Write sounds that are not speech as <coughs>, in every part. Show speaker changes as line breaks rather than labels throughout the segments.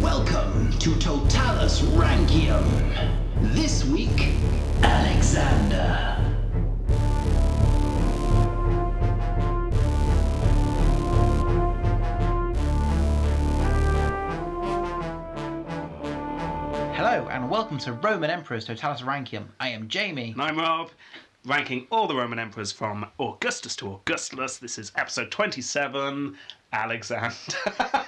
Welcome to Totalus Rankium. This week, Alexander.
Hello and welcome to Roman Emperors Totalis Rankium. I am Jamie.
And I'm Rob, ranking all the Roman emperors from Augustus to Augustulus. This is episode 27, Alexander. <laughs>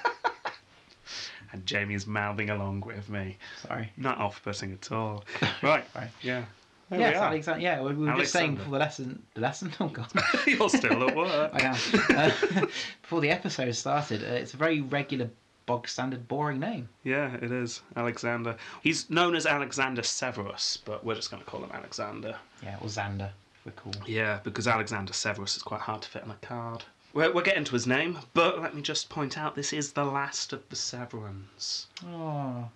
and Jamie's mouthing along with me.
Sorry.
Not off putting at
<laughs>
all. Right.
Right.
Yeah. There
Yes,
we are.
Alexander. Yeah, we we were just saying
Alexander.
before the lesson. The lesson? <laughs> Oh god.
<laughs> You're still at work.
<laughs> I am. Uh, <laughs> before the episode started, uh, it's a very regular, bog standard, boring name.
Yeah, it is. Alexander. He's known as Alexander Severus, but we're just going to call him Alexander.
Yeah, or Xander. if We're cool.
Yeah, because Alexander Severus is quite hard to fit on a card. We're, we're getting to his name, but let me just point out this is the last of the Severans.
Oh,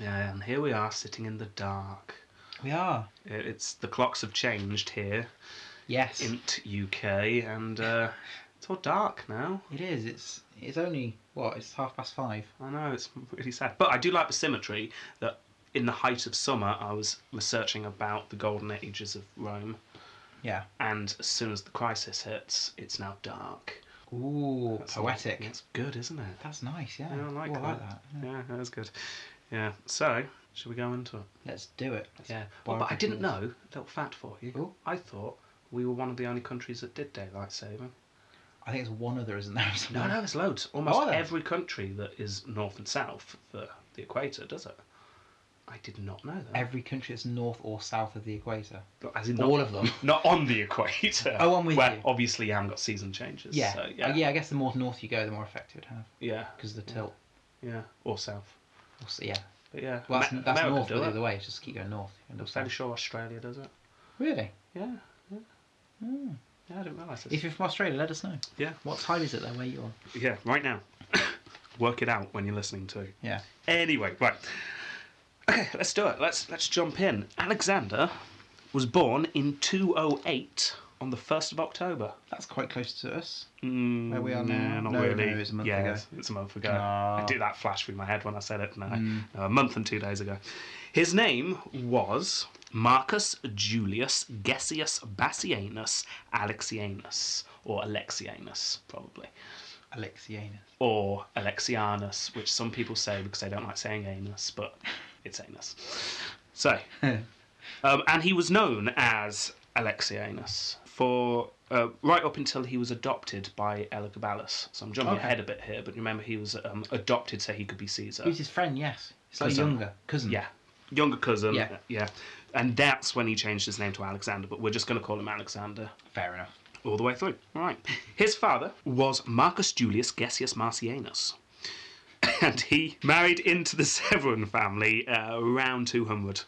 Yeah, and here we are sitting in the dark.
we are.
Uh, It's the clocks have changed here,
Yes,
INT UK, and uh, it's all dark now.
it is. It's it's only what it's half past five.
I know it's really sad, but I do like the symmetry that in the height of summer I was researching about the golden ages of Rome,
Yeah.
and as soon as the crisis hits, it's now dark.
Ooh,
That's all-
poetic.
That's good, isn't it?
That's nice. Yeah.
Yeah, I like
Ooh,
that.
yeah.
Yeah, that's good. Yeah. So, should we go into it?
Let's do it.
Yeah.
borrow
Oh, but I
from
didn't
yours.
know. Little fact for you.
Ooh.
I thought we were one of the only countries that did daylight saving.
I think there's one other, isn't there? <laughs>
No, no, there's loads. Almost
Are there?
every country that is north and south for the equator does it. I did not know that.
Every country that's north or south of the equator.
As in
all
<laughs>
of them.
Not on the equator.
Oh, I'm with
where
you.
obviously you haven't got season changes.
Yeah.
So,
Uh,
yeah.
yeah, I guess the more north you go, the more effect it would have
Yeah.
because of the tilt.
Yeah. Or south.
We'll see, yeah.
But yeah.
Well, that's,
Amer-
that's
America
north,
do
but the
it.
other way, just keep going north. and
I'm
north
fairly
south.
sure Australia does it.
Really?
Yeah. Yeah.
Mm.
Yeah, I didn't realise this.
If you're from Australia, let us know.
Yeah.
What time is it there where you are?
Yeah, right now. <coughs> Work it out when you're listening to.
Yeah.
Anyway, right. Okay, let's do it. Let's let's jump in. Alexander was born in 208 on the 1st of October.
That's quite close to us.
Mm,
Where we are now?
Not
No,
really.
no, it's a month
yeah,
ago.
it's- it's a month ago.
Ah.
I did that flash through my head when I said it. No,
Mm.
no, a month and two days ago. His name was Marcus Julius Gessius Bassianus Alexianus, or Alexianus, probably
Alexianus.
or Alexianus, which some people say because they don't like saying anus, but it's anus.
<laughs>
So, um, and he was known as Alexianus for uh, right up until he was adopted by Elagabalus. So I'm jumping
Okay.
ahead a bit here, but remember he was um, adopted so he could be Caesar.
Who's his friend? Yes. It's like
Cousin.
younger Uh, cousin.
Yeah, younger cousin.
Yeah.
yeah, and that's when he changed his name to Alexander. But we're just going to call him Alexander
Fair enough.
all the way through. All right. His father was Marcus Julius Gessius Marcianus. <coughs> And he married into the Severan family uh, around 200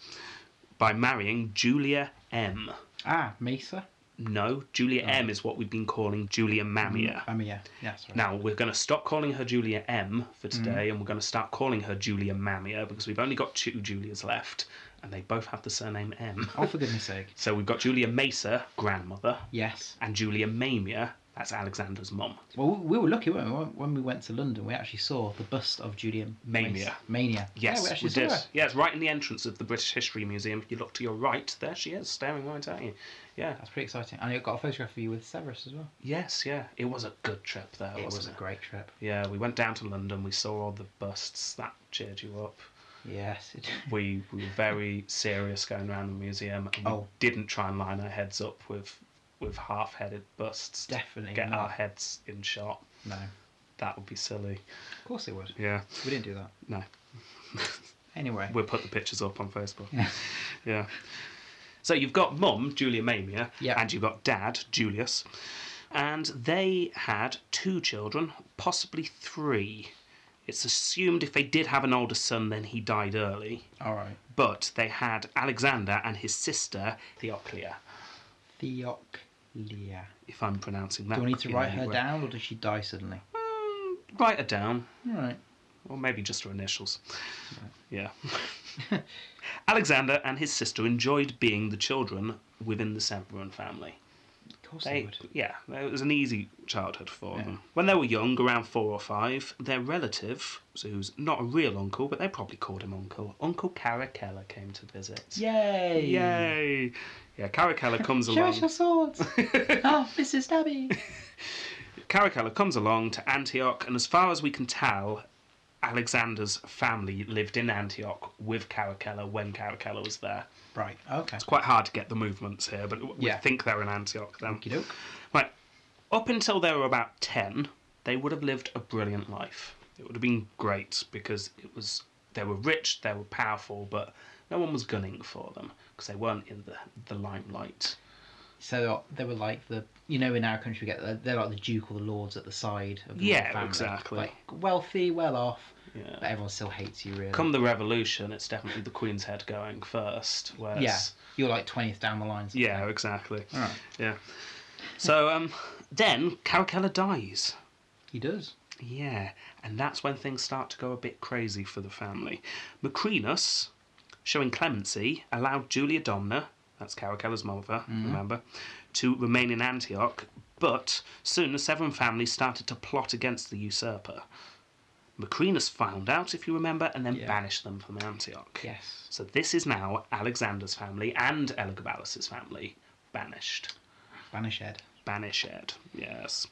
by marrying Julia M.
Ah, Mesa.
No, Julia M is what we've been calling Julia Mamia.
I mean, yeah. Yeah. Sorry.
Now, we're going to stop calling her Julia M for today and we're going to start calling her Julia Mamia because we've only got two Julias left and they both have the surname M.
Oh, for goodness sake.
So we've got Julia Mesa, grandmother,
Yes.
and Julia Mamia, that's Alexander's mum.
Well, we we were lucky, weren't we? When- When we went to London, we actually saw the bust of Julian
Mania.
Mania.
Yes,
yeah, we
we,
actually saw
did.
her.
Yeah, it's right in the entrance of the British History Museum. If you look to your right, there she is, staring right at you. Yeah.
That's pretty exciting. And it got a photograph of you with Severus as well.
Yes, yeah. It was a good trip there,
It was a
wasn't
great trip.
it? Yeah, we went down to London, we saw all the busts, that cheered you up.
Yes. It,
We, we were very serious going around the museum and we
Oh.
didn't try and line our heads up with with half headed busts. to
Definitely
Get our
not.
heads in shot.
no.
That would be silly.
Of course it would.
Yeah.
We didn't do that.
No.
Anyway.
We'll put the pictures up on Facebook.
Yeah.
Yeah. So you've got mum, Julia Mamia,
Yeah.
and you've got dad, Julius, and they had two children, possibly three. It's assumed if they did have an older son, then he died early.
All right.
But they had Alexander and his sister, Theoclia,
Theoclia. Do
if I'm pronouncing that.
I need to
in
write
any
her
way.
down or does she die suddenly?
Mm, write her down,
All right.
or maybe just her initials. Yeah.
<laughs>
Alexander and his sister enjoyed being the children within the Severan family.
Of course they,
They,
would.
yeah, it was an easy childhood for them. When they were young, around four or five, their relative, so who's not a real uncle, but they probably called him uncle, Uncle Caracalla came to visit.
Yay!
Yay! Yeah, Caracalla
<laughs>
comes
Cherish your
along.
swords! <laughs> oh, Mrs. Stabby!
Caracalla comes along to Antioch, and as far as we can tell, Alexander's family lived in Antioch with Caracalla when Caracalla was there.
<laughs> Right, okay.
It's quite hard to get the movements here, but we
Yeah.
think they're in Antioch then.
Okey doke.
Right. Up until they were about 10, they would have lived a brilliant life. It would have been great because it was they were rich, they were powerful, but no one was gunning for them because they weren't in the, the limelight.
So uh, they were like the, you know, in our country, we get the, they're like the duke or the lords at the side of the
Yeah,
family.
exactly.
Like wealthy, well off,
Yeah.
but everyone still hates you, really.
Come the revolution, it's definitely the Queen's Head going first. Whereas,
yeah, you're like twentieth down the line.
Yeah, exactly.
Alright.
Yeah. So um, then Caracalla dies.
he does.
Yeah, and that's when things start to go a bit crazy for the family. Macrinus, showing clemency, allowed Julia Domna, that's Caracalla's mother, remember, to remain in Antioch, but soon the Severn family started to plot against the usurper. Macrinus found out, if you remember, and then
Yeah.
banished them from Antioch.
Yes.
So this is now Alexander's family and Elagabalus's family banished.
Spanish Ed.
Banished, yes.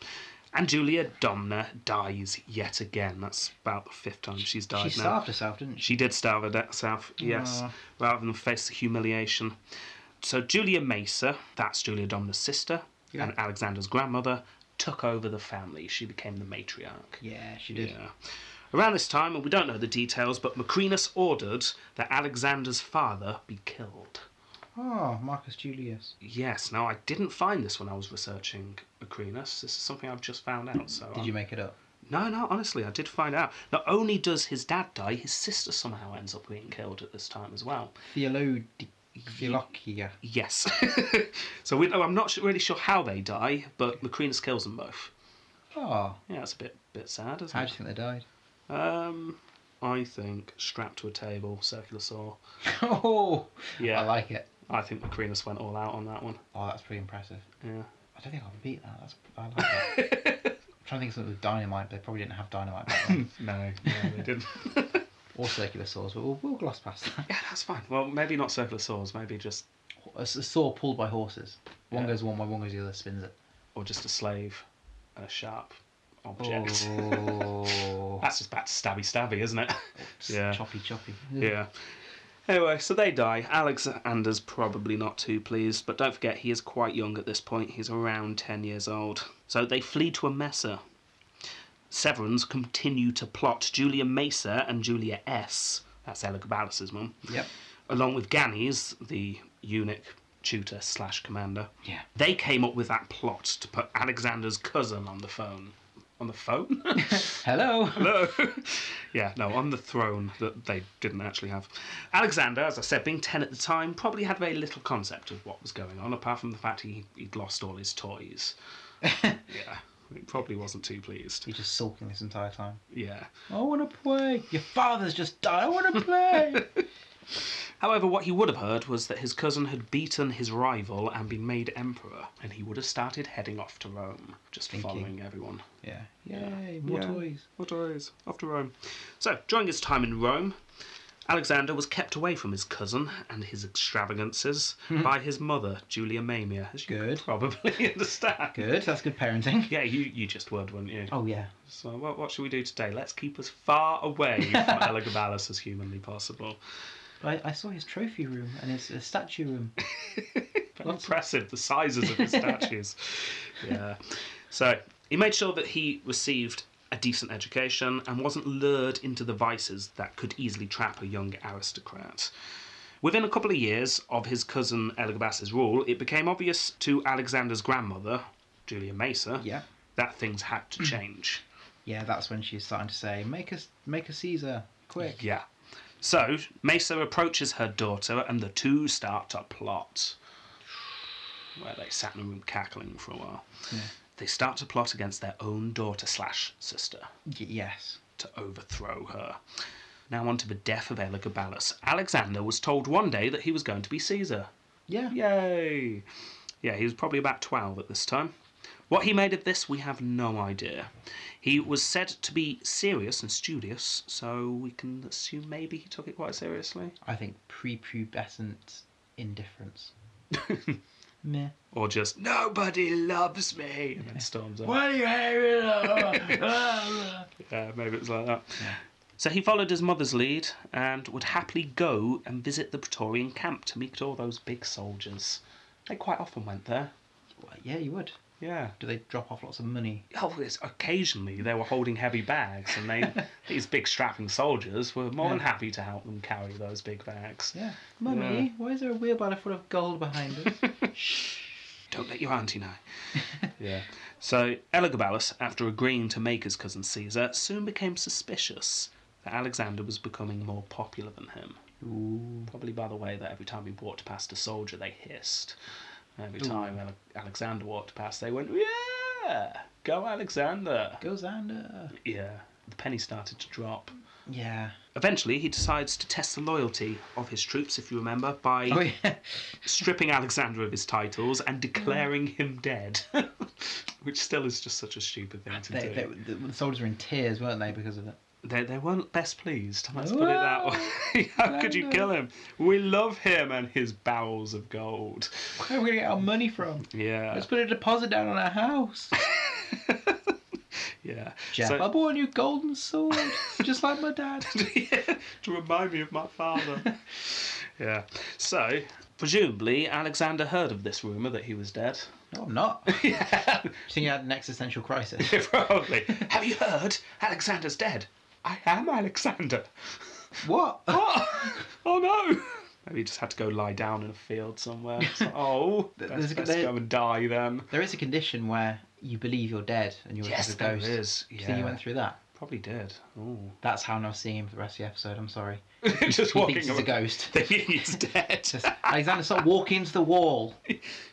And Julia Domna dies yet again. That's about the fifth time she's died
She
now.
starved herself, didn't she?
She did starve herself, yes,
Ah.
rather than face the humiliation. So Julia Mesa, that's Julia Domna's sister
Yeah.
and Alexander's grandmother, took over the family. She became the matriarch.
Yeah, she did.
Yeah. Around this time, and we don't know the details, but Macrinus ordered that Alexander's father be killed.
Oh, Marcus Julius.
Yes, now I didn't find this when I was researching Macrinus. This is something I've just found out. So
Did
I'm-
you make it up?
No, no, honestly, I did find out. Not only does his dad die, his sister somehow ends up being killed at this time as well.
Theolodi- Theologia.
Yes. <laughs> so we, oh, I'm not su- really sure how they die, but Macrinus kills them both.
Oh,
Yeah, that's a bit bit sad, isn't
how
it?
do you think they died?
Um, I think strapped to a table, circular saw.
<laughs> oh,
Yeah.
I like it.
I think Macrinus went all out on that one.
Oh, that's pretty impressive.
Yeah.
I don't think I can beat that. That's I like that. I'm
<laughs>
trying to think of something with dynamite. but They probably didn't have dynamite back <laughs> then,
<clears throat> No, no, they <laughs> didn't. yeah,
or circular saws, but we'll, we'll gloss past that.
that's fine. Well, maybe not circular saws. Maybe just
A s- a saw pulled by horses. One
Yeah.
goes one way, one goes the other, spins it.
or just a slave and a sharp object.
Oh,
<laughs> That's just back to stabby stabby, isn't it? yeah.
choppy, choppy.
<laughs> Yeah. Anyway, so they die. Alexander's probably not too pleased, but don't forget he is quite young at this point. He's around 10 years old. So they flee to Emesa. Severans continue to plot Julia Mesa and Julia S. That's Elagabalus's mum.
Yep.
Along with Gannes, the eunuch tutor slash commander.
Yeah.
They came up with that plot to put Alexander's cousin on the phone. On the phone? <laughs>
Hello.
No. yeah, no, on the throne that they didn't actually have. Alexander, as I said, being 10 at the time, probably had very little concept of what was going on, apart from the fact he, he'd lost all his toys. yeah, he probably wasn't too pleased.
He's just sulking this entire time.
Yeah.
I want to play. Your father's just died. I want to play.
<laughs> However, what he would have heard was that his cousin had beaten his rival and been made emperor, and he would have started heading off to Rome, just
Thinking.
following everyone.
yeah. Yay! More
Yeah.
toys.
What eyes? Off to Rome. So, during his time in Rome, Alexander was kept away from his cousin and his extravagances by his mother, Julia Mamia, as you
Hmm. Good.
probably <laughs> understand.
Good. That's good parenting. <laughs>
Yeah, you, you just would, wouldn't you?
Oh yeah.
So, what, what should we do today? Let's keep as far away
<laughs>
from Elagabalus as humanly possible.
I, I saw his trophy room and his, his statue room.
Very impressive, the sizes of his statues. yeah. So he made sure that he received a decent education and wasn't lured into the vices that could easily trap a young aristocrat. Within a couple of years of his cousin Elagabalus's rule, it became obvious to Alexander's grandmother, Julia Mesa,
Yeah.
that things had to change.
Yeah, that's when she's starting to say, "Make us, make a Caesar, quick!"
yeah. So Mesa approaches her daughter and the two start to plot. Where they sat in a room cackling for a while.
Yeah.
they start to plot against their own daughter slash sister
Y- yes.
to overthrow her. Now on to the death of Elagabalus. Alexander was told one day that he was going to be Caesar.
Yeah.
Yay! Yeah, he was probably about 12 at this time. What he made of this, we have no idea. He was said to be serious and studious, so we can assume maybe he took it quite seriously.
I think prepubescent <laughs> indifference. Meh.
Or just, nobody loves me! And then storms off.
do you hate <laughs> me?
Yeah, maybe it was like that. So he followed his mother's lead and would happily go and visit the Praetorian camp to meet all those big soldiers. They quite often went there.
yeah, you would.
Yeah.
Do they drop off lots of money?
Oh, it's occasionally they were holding heavy bags,
<laughs>
and they these big strapping soldiers were more than
Yeah.
happy to help them carry those big bags.
Yeah. Mummy, why is there a wheelbarrow full of gold behind us?
Don't let your auntie know. yeah. So Elagabalus, after agreeing to make his cousin Caesar, soon became suspicious that Alexander was becoming more popular than him.
<laughs> Ooh.
Probably by the way that every time he walked past a soldier, they hissed. And every time Ale- Alexander walked past, they went, "Yeah, go Alexander."
Go Xander.
Yeah. The penny started to drop.
Yeah.
Eventually, he decides to test the loyalty of his troops, if you remember, by
<laughs> Oh yeah.
stripping Alexander of his titles and declaring him dead. <laughs> Which still is just such a stupid thing to
they,
do.
they, the, the soldiers were in tears, weren't they, because of it?
They, they weren't best pleased, let's put it that way. <laughs> How could you
Alexander.
kill him? We love him and his bowels of gold.
Where are we gonna get our money from?
Yeah.
Let's put a deposit down on our house.
Yeah.
<laughs> Jeff,
So- <laughs>
I bought a new golden sword, <laughs> just like my dad.
to remind me of my father. yeah. So, presumably, Alexander heard of this rumour that he was dead.
<laughs>
<laughs>
No, I'm not. You think I had an existential crisis?
Probably. Have you heard? Alexander's dead. I
<laughs>
am Alexander.
what?
<laughs> What? oh no. Maybe he just had to go lie down in a field somewhere.
<laughs>
It's like, oh,
Th-
best,
there's a-
best
there-
go and die then.
There is a condition where you believe you're dead and you're
Yes,
just a
there
ghost.
is.
You think
Yeah.
you went through that?
Probably did. Oh.
That's how I'm not seeing him for the rest of the episode. I'm sorry.
<laughs>
<laughs>
just
He
walking
thinks he's a
around.
ghost. <laughs>
Thinking he's dead.
Just, Alexander, stop walking into the wall.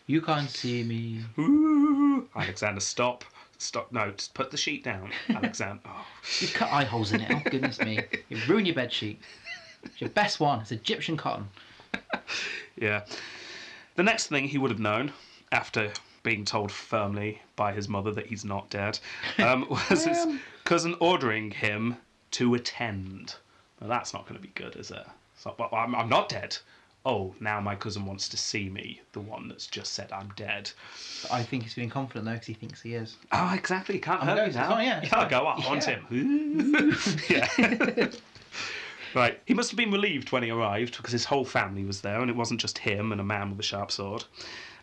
You can't see me.
Ooh. Alexander, stop. Stop. No, just put the
<laughs>
sheet down. Alexander. Oh.
You've cut eye holes in it. Oh, goodness me. You ruin your bed sheet. It's your best one. It's Egyptian cotton.
Yeah. The next thing he would have known, after being told firmly by his mother that he's not dead, um, <laughs> was his cousin ordering him to attend. Now that's not going to be good, is it? It's not, well, I'm, I'm not dead. Oh, now my cousin wants to see me, the one that's just said I'm dead.
I think he's feeling confident, though, because he thinks he is.
Oh, exactly. Can't
I'm a
hurt me
ghost,
now.
it's not- <laughs> yeah, it's
I go. I haunt
<laughs>
him. yeah. right. He must have been relieved when he arrived because his whole family was there, and it wasn't just him and a man with a sharp sword.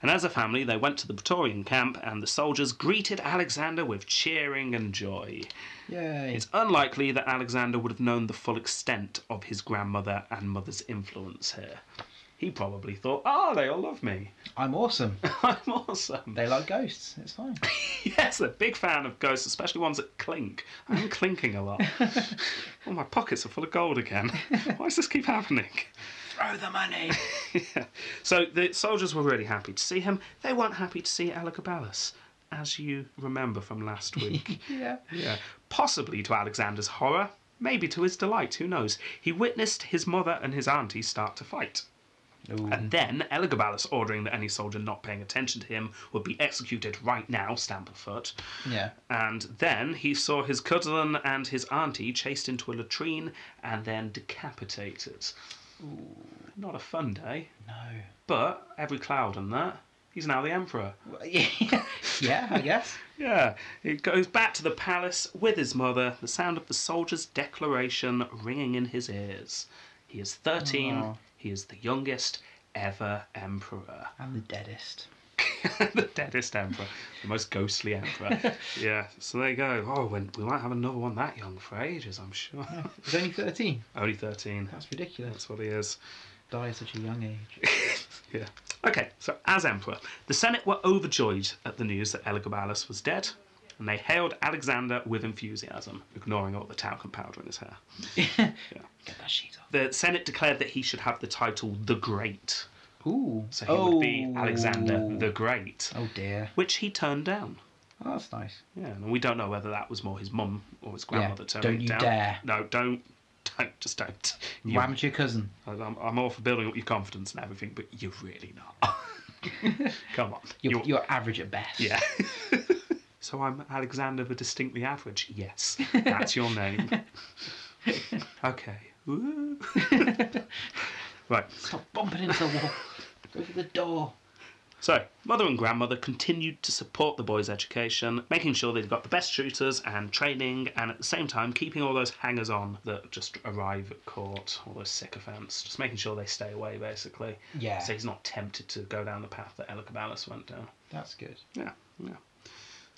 And as a family, they went to the Praetorian camp, and the soldiers greeted Alexander with cheering and joy.
Yay.
It's unlikely that Alexander would have known the full extent of his grandmother and mother's influence here. He probably thought, "Ah, they all love me. <laughs>
I'm awesome.
I'm awesome."
They like ghosts. It's fine.
Yes, a big fan of ghosts, especially ones that clink. I'm clinking a lot. oh, my pockets are full of gold again. Why does this keep happening?
Throw the money.
Yeah. So the soldiers were really happy to see him. They weren't happy to see Elagabalus, as you remember from last week.
yeah.
yeah. Possibly to Alexander's horror, maybe to his delight, who knows? He witnessed his mother and his auntie start to fight.
Ooh.
And then Elagabalus ordering that any soldier not paying attention to him would be executed right now, stamp of foot.
Yeah.
And then he saw his cousin and his auntie chased into a latrine and then decapitated. Not a fun day,
No.
but every cloud and that, he's now the emperor.
Well, yeah, <laughs> yeah, I guess.
Yeah, he goes back to the palace with his mother, the sound of the soldier's declaration ringing in his ears. He is 13,
Aw.
he is the youngest ever emperor.
I'm the deadest.
<laughs> the deadest emperor, the most ghostly emperor. yeah, so there you go. Oh, when, we might have another one that young for ages, I'm sure.
He's only 13.
Only 13.
That's ridiculous.
That's what he is.
Die at such a young age.
Yeah. Okay, so as emperor, the Senate were overjoyed at the news that Elagabalus was dead, and they hailed Alexander with enthusiasm, ignoring all the talcum powder in his hair.
Get that sheet off.
The Senate declared that he should have the title the Great,
Ooh.
so he would be Alexander the Great,
Oh dear.
which he turned down.
Oh, that's nice.
Yeah, and we don't know whether that was more his mum or his grandmother turning
don't
it
you
down.
dare.
No, don't, <laughs> don't, just don't. You-
What happened to your cousin? <laughs>
I'm, I'm all for building up your confidence and everything, but you're really not. Come on.
You're,
You're-
you're average at best.
yeah. <laughs> so I'm Alexander the distinctly average. Yes, that's
<laughs>
your name. okay. Woo. <laughs> right.
Stop bumping into the wall. Go for the door.
So, mother and grandmother continued to support the boys' education, making sure they'd got the best shooters and training, and at the same time keeping all those hangers on that just arrive at court, all those sycophants, just making sure they stay away basically.
Yeah.
So he's not tempted to go down the path that Elicabalus went down.
That's good.
Yeah, yeah.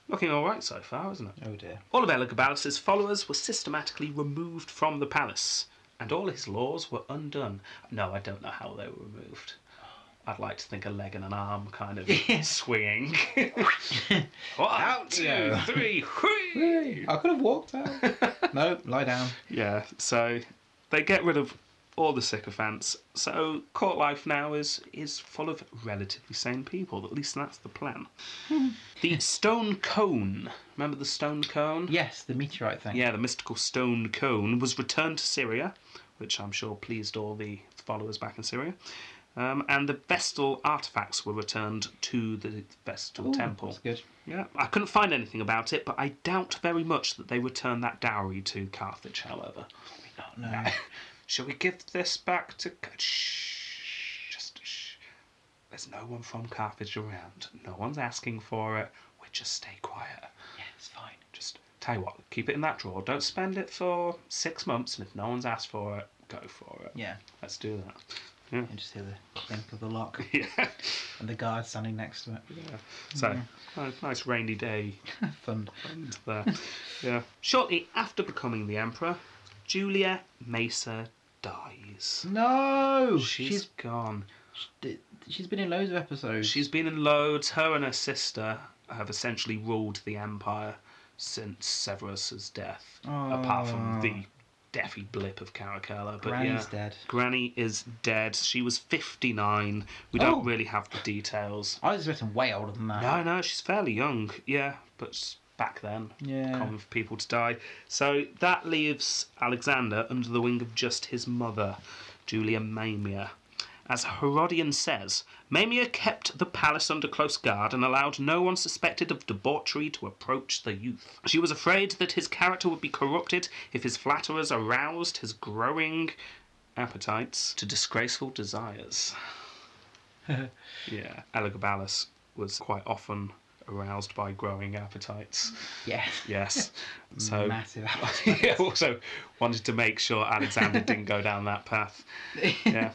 Looking alright so far, isn't it?
Oh dear.
All of Elagabalus's followers were systematically removed from the palace, and all his laws were undone. No, I don't know how they were removed. I'd like to think a leg and an arm kind of swinging. One,
Out you
two,
go.
three, whee!
I could have walked <laughs> out. no, lie down.
Yeah, so they get rid of all the sycophants. So court life now is is full of relatively sane people. At least that's the plan. the stone cone. Remember the stone cone?
Yes, the meteorite thing.
Yeah, the mystical stone cone was returned to Syria, which I'm sure pleased all the followers back in Syria. Um, and the Vestal artifacts were returned to the Vestal
Ooh,
temple.
That's good.
Yeah, I couldn't find anything about it, but I doubt very much that they returned that dowry to Carthage, however.
No.
<laughs> Shall we give this back to. Ca- Shh, just shh. There's no one from Carthage around. No one's asking for it. We just stay quiet.
Yeah, it's fine.
Just tell you what, keep it in that drawer. Don't spend it for six months, and if no one's asked for it, go for it.
Yeah.
Let's do that. <laughs>
And just hear the clink of the lock
Yeah.
and the guard standing next to
So, a nice rainy day
it. Fun.
end there. yeah. Shortly after becoming the emperor, Julia Mesa dies.
No!
She's
She's
gone.
d- she's been in loads of episodes.
She's been in loads. Her and her sister have essentially ruled the empire since Severus's death, apart from
Oh.
the deathy blip of Caracalla. But
Granny's
yeah.
dead.
Granny is dead. She was 59. We don't
Oh.
really have the details.
I was expecting way older than that.
No, no, she's fairly young. Yeah, but s- back then,
Yeah.
common for people to die. So that leaves Alexander under the wing of just his mother, Julia Mamia. As Herodian says, Mamia kept the palace under close guard and allowed no one suspected of debauchery to approach the youth. She was afraid that his character would be corrupted if his flatterers aroused his growing appetites to disgraceful desires. yeah, Elagabalus was quite often aroused by growing appetites.
Yeah.
Yes. So
Massive.
<laughs>
<laughs>
yeah, also wanted to make sure Alexander didn't go down that path. Yeah.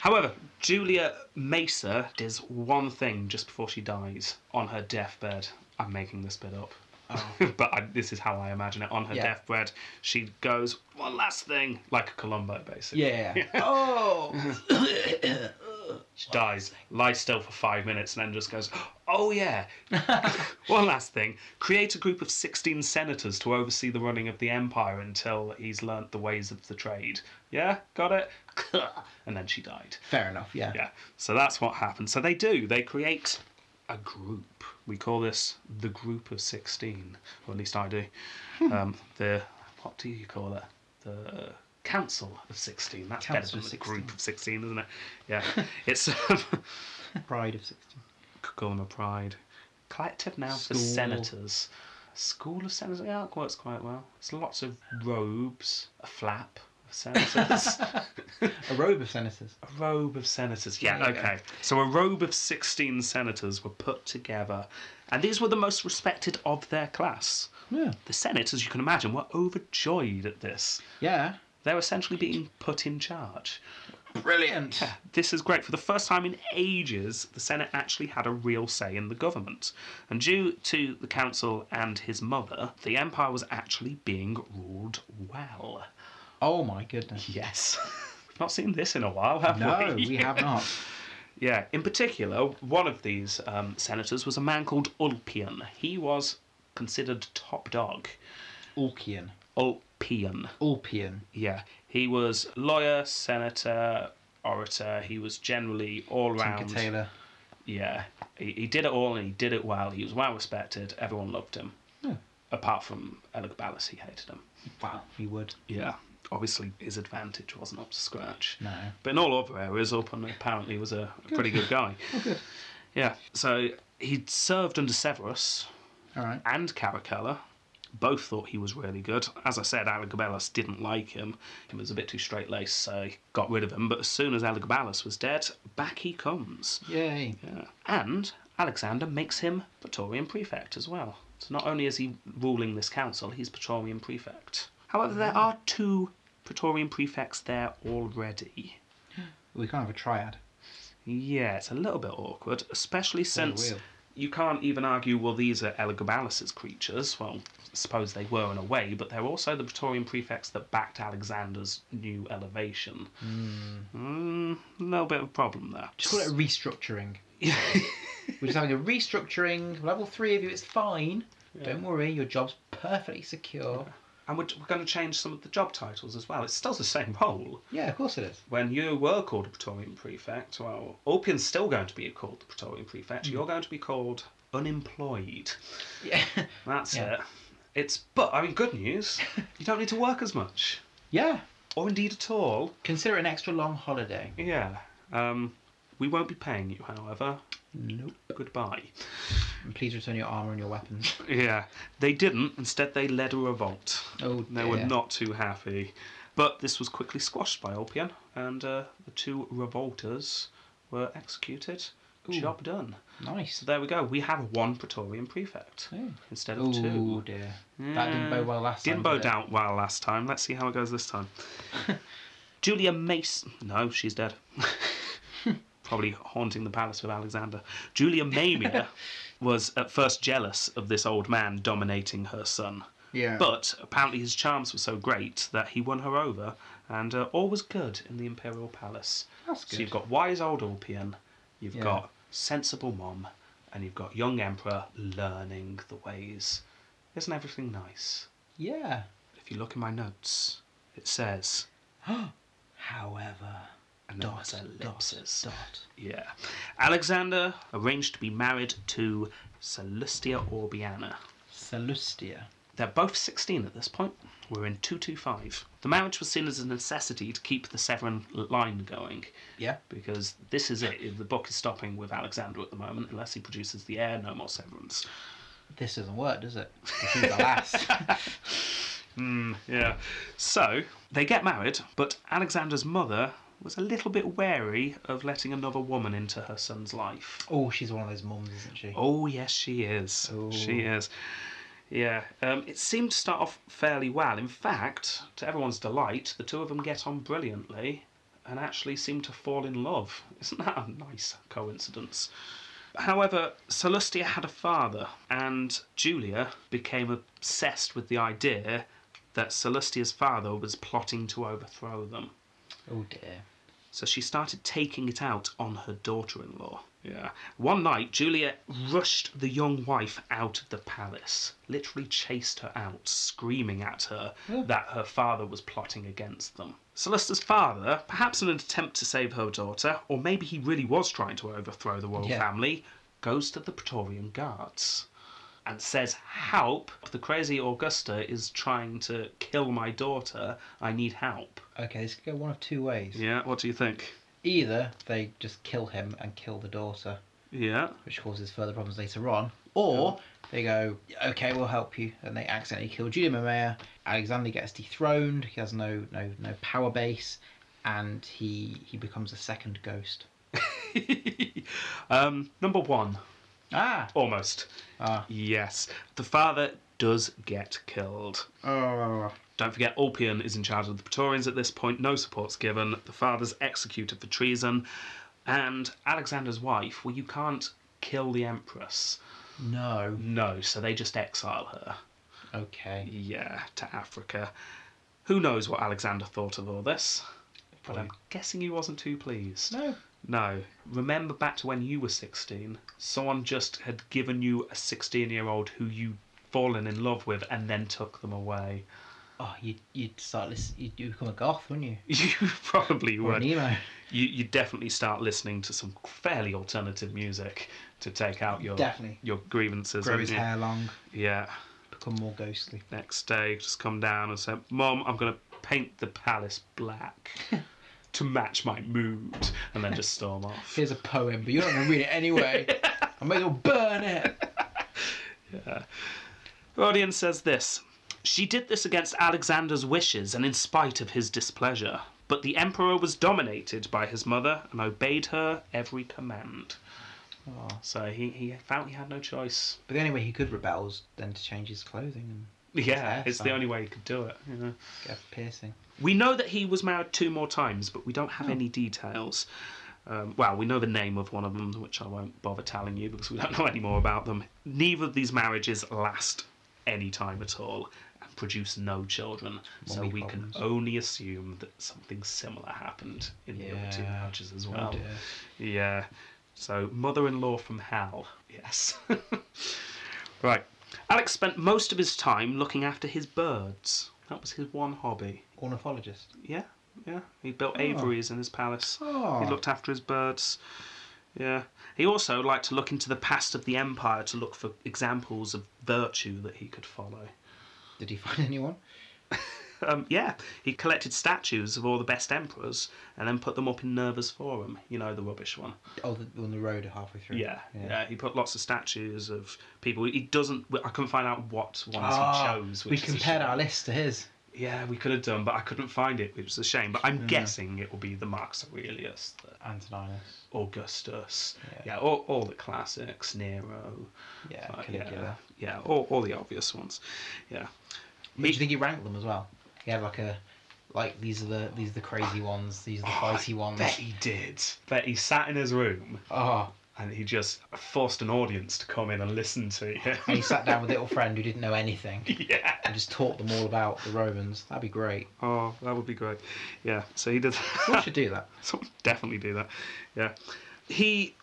However, Julia Mesa does one thing just before she dies on her deathbed. I'm making this bit up. <laughs> but I, this is how I imagine it. On her
Yeah.
deathbed, she goes, one last thing, like a Columbo,
<laughs>
basically.
yeah. oh! <coughs>
She dies, lies still for five minutes, and then just goes, Oh, yeah. One last thing create a group of 16 senators to oversee the running of the empire until he's learnt the ways of the trade. Yeah, got it? <laughs> And then she died.
Fair enough, yeah.
Yeah, so that's what happened. So they do, they create a group. We call this the group of 16, or at least I do.
Hmm.
Um, the, what do you call it? The council of 16. That's better
Council
than
of
the group of 16, isn't it? Yeah,
<laughs>
it's. Um, <laughs>
Pride of 16.
could call them a pride. Collective now for
School.
senators. School of senators. Yeah, that works quite well. It's lots of robes, a flap
<laughs>
of senators, a
A robe of senators.
robe of senators. Yeah,
There you go.
okay. So a robe of 16 senators were put together, and these were the most respected of their class.
Yeah.
The senators, you can imagine, were overjoyed at this.
Yeah.
They're essentially being put in charge.
Brilliant!
This is great. For the first time in ages, the Senate actually had a real say in the government. And due to the council and his mother, the empire was actually being ruled well.
Oh my goodness.
Yes. <laughs> We've not seen this in a while,
<laughs>
have
No,
we?
we have not.
Yeah, in particular, one of these um, senators was a man called Ulpian. He was considered top dog.
Ulkian.
Ulpian.
Ulpian.
Yeah, he was lawyer, senator, orator. He was generally all
Tinker
round.
Taylor.
Yeah, he, he did it all and he did it well. He was well respected. Everyone loved him.
Yeah.
Apart from Elagabalus, he hated him.
Wow, he would.
Yeah. Obviously, his advantage wasn't up to scratch.
No.
But in all other areas, Ulpan apparently was a, a pretty good guy. Yeah. So he'd served under Severus
All right.
and Caracalla. Both thought he was really good. As I said, Elagabalus didn't like him. He was a bit too straight laced, so he got rid of him. But as soon as Elagabalus was dead, back he comes.
Yay.
Yeah. And Alexander makes him Praetorian Prefect as well. So not only is he ruling this council, he's Praetorian Prefect. However, there are two Praetorian Prefects there already.
We can't have a triad.
Yeah, it's a little bit awkward,
Oh,
especially since
real.
you can't even argue, well, these are Elagabalus's creatures. Well, I suppose they were in a way, but they're also the Praetorian prefects that backed Alexander's new elevation. A little bit of a problem there.
Hmm. Just call it a restructuring. We're just having a restructuring. Level three of you, it's fine. Don't worry, your job's perfectly secure.
And we're, we're going to change some of the job titles as well. It's still the same role.
Yeah, of course it is.
When you were called a Praetorian prefect, well, Ulpian's still going to be called the Praetorian prefect. You're going to be called unemployed.
Yeah.
That's
Yeah.
it. It's but I mean, good news. You don't need to work as much,
<laughs> yeah.
or indeed at all.
Consider it an extra long holiday.
Yeah. Um, we won't be paying you, however.
Nope.
Goodbye.
And please return your armor and your weapons.
Yeah. They didn't. Instead, they led a revolt.
Oh, <laughs>
They were
dear.
not too happy. But this was quickly squashed by Ulpian, and uh, the two revolters were executed. Job done.
Nice.
So there we go. We have one Praetorian prefect
Oh.
instead of
Oh
two.
dear. That didn't
Yeah.
bow well last time.
Didn't bow
did it?
down well last time. Let's see how it goes this time. Julia Mason. No, she's dead. <laughs> Probably haunting the palace with Alexander. Julia Mamia was at first jealous of this old man dominating her son.
Yeah.
But apparently his charms were so great that he won her over, and uh, all was good in the imperial palace.
That's
So you've
good.
got wise old Ulpian, you've
Yeah.
got sensible mom, and you've got young emperor learning the ways. Isn't everything nice?
Yeah. <gasps>
If you look in my notes, it says,
However.
and then
Dot.
there's
Dot.
ellipses.
Dot.
Yeah. Alexander arranged to be married to Celestia Orbiana.
Celestia.
They're both 16 at this point. We're in 225. The marriage was seen as a necessity to keep the Severan line going
Yeah.
because this is it. The book is stopping with Alexander at the moment unless he produces the heir, no more Severans.
This doesn't work, does
<laughs>
it? This is the last. <laughs>
Yeah. So they get married, but Alexander's mother was a little bit wary of letting another woman into her son's life.
oh, she's one of those mums, isn't she?
Oh, yes, she is. She is. Yeah. Um, it seemed to start off fairly well. In fact, to everyone's delight, the two of them get on brilliantly and actually seem to fall in love. <laughs> Isn't that a nice coincidence? However, Celestia had a father, and Julia became obsessed with the idea that Celestia's father was plotting to overthrow them.
Oh dear.
So she started taking it out on her daughter in law. Yeah. One night, Julia rushed the young wife out of the palace, literally chased her out, screaming at her that her father was plotting against them. Celesta's father, perhaps in an attempt to save her daughter, or maybe he really was trying to overthrow the royal
Yeah.
family, goes to the Praetorian Guards and says, Help! The crazy Augusta is trying to kill my daughter. I need help.
Okay, this could go one of two ways.
Yeah, what do you think?
Either they just kill him and kill the daughter,
Yeah.
which causes further problems later on, or they go, okay, we'll help you, and they accidentally kill Julia Mamea. Alexander gets dethroned. He has no no no power base, and he he becomes a second ghost.
<laughs> um, number one,
Ah.
almost.
Ah.
Yes, the father does get killed.
Oh.
Don't forget, Ulpian is in charge of the Praetorians at this point. No support's given. The father's executed for treason, and Alexander's wife. Well, you can't kill the empress.
No.
No, so they just exile her.
Okay.
Yeah, to Africa. Who knows what Alexander thought of all this? But I'm guessing he wasn't too pleased.
No.
No. Remember back to when you were 16? Someone just had given you a 16 year old who you'd fallen in love with and then took them away. <laughs>
Oh, you you'd start listen, you'd, you'd become a goth, wouldn't you?
You probably
Or an
would. You,
emo.
you definitely start listening to some fairly alternative music to take out your
Definitely.
your grievances.
Grow his
wouldn't
hair long,
you? Yeah.
become more ghostly. <laughs>
Next day, just come down and say, Mom, I'm going to paint the palace black. to match my mood, and then just storm off.
Here's a poem, but you're not going to read it anyway. <laughs> I may as well burn it.
Rodian says this She did this against Alexander's wishes and in spite of his displeasure. But the emperor was dominated by his mother and obeyed her every command.
Aw.
So he, he felt he had no choice. <laughs>
But Oh, the only way he could rebel was then to change his clothing and
Yeah,
That's
it's the
fine.
only way he could do it. You know?
get a piercing.
We know that he was married two more times, but we don't
Oh.
have any details. Um, well, we know the name of one of them, which I won't bother telling you because we don't know any more about them. Neither of these marriages last any time at all and produce no children, so
big
we
problems.
can only assume that something similar happened in the other two
Yeah. Oh,
marriages as well.
dear.
Yeah. So, mother in law from hell. Yes. <laughs> right. Alex spent most of his time looking after his birds. That was his one hobby.
Ornithologist.
Yeah, yeah. He
Ah.
built aviaries in his palace.
Oh.
He looked after his birds. Yeah. He also liked to look into the past of the empire to look for examples of virtue that he could follow.
Did he find <laughs> anyone?
Um, yeah, he collected statues of all the best emperors and then put them up in Nerva's Forum. You know, the rubbish one.
Oh, the, on the road halfway through.
Yeah, yeah.
Yeah.
he put lots of statues of people. He doesn't. I couldn't find out what ones he
Ah,
chose.
we
which is a
compared
shame.
our list to his.
Yeah, we could have done, but I couldn't find it, which is a shame. But I'm
Hmm.
guessing it will be the Marcus Aurelius that
Antoninus.
Augustus,
Yeah.
yeah, all, all the classics, Nero,
Yeah,
uh,
Caligula.
yeah, yeah, all, all the obvious ones, yeah.
But do you think he ranked them as well? He had like a, like these are the these are the crazy ones, these are the fighty ones.
Oh, Bet he did. Bet he sat in his room
Oh,
and he just forced an audience to come in and listen to
and
him.
he sat down with a little friend who didn't know anything
<laughs> yeah.
and just taught them all about the Romans. That'd be great.
Oh, that would be great. Yeah. So he did.
We should do
<laughs>
that.
So definitely do that. Yeah. He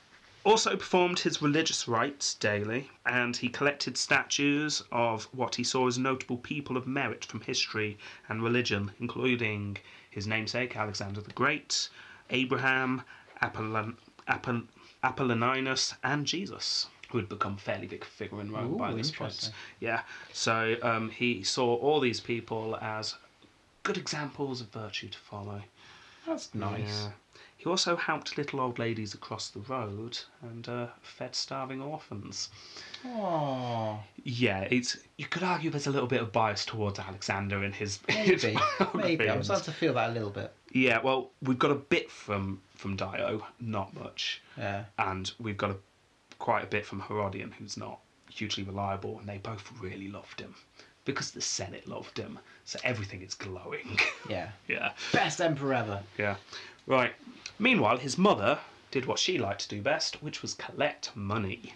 also performed his religious rites daily and he collected statues of what he saw as notable people of merit from history and religion, including his namesake Alexander the Great, Abraham, Apollon- Apoll- Apolloninus, and Jesus. Who had become fairly big figure in Rome
Ooh,
by this point.
interesting.
Yeah, so um, he saw all these people as good examples of virtue to follow.
That's
<laughs>
nice.
Yeah. He also helped little old ladies across the road and uh, fed starving orphans.
Oh,
Yeah, it's you could argue there's a little bit of bias towards Alexander in his <laughs> his
maybe, maybe. I'm
biography.
starting to feel that a little bit.
Yeah, well, we've got a bit from from Dio, not much,
Yeah.
and we've got a quite a bit from Herodian, who's not hugely reliable, and they both really loved him because the Senate loved him, so everything is glowing. <laughs>
Yeah.
yeah.
Best emperor ever.
Yeah. Right. Meanwhile, his mother did what she liked to do best, which was collect money.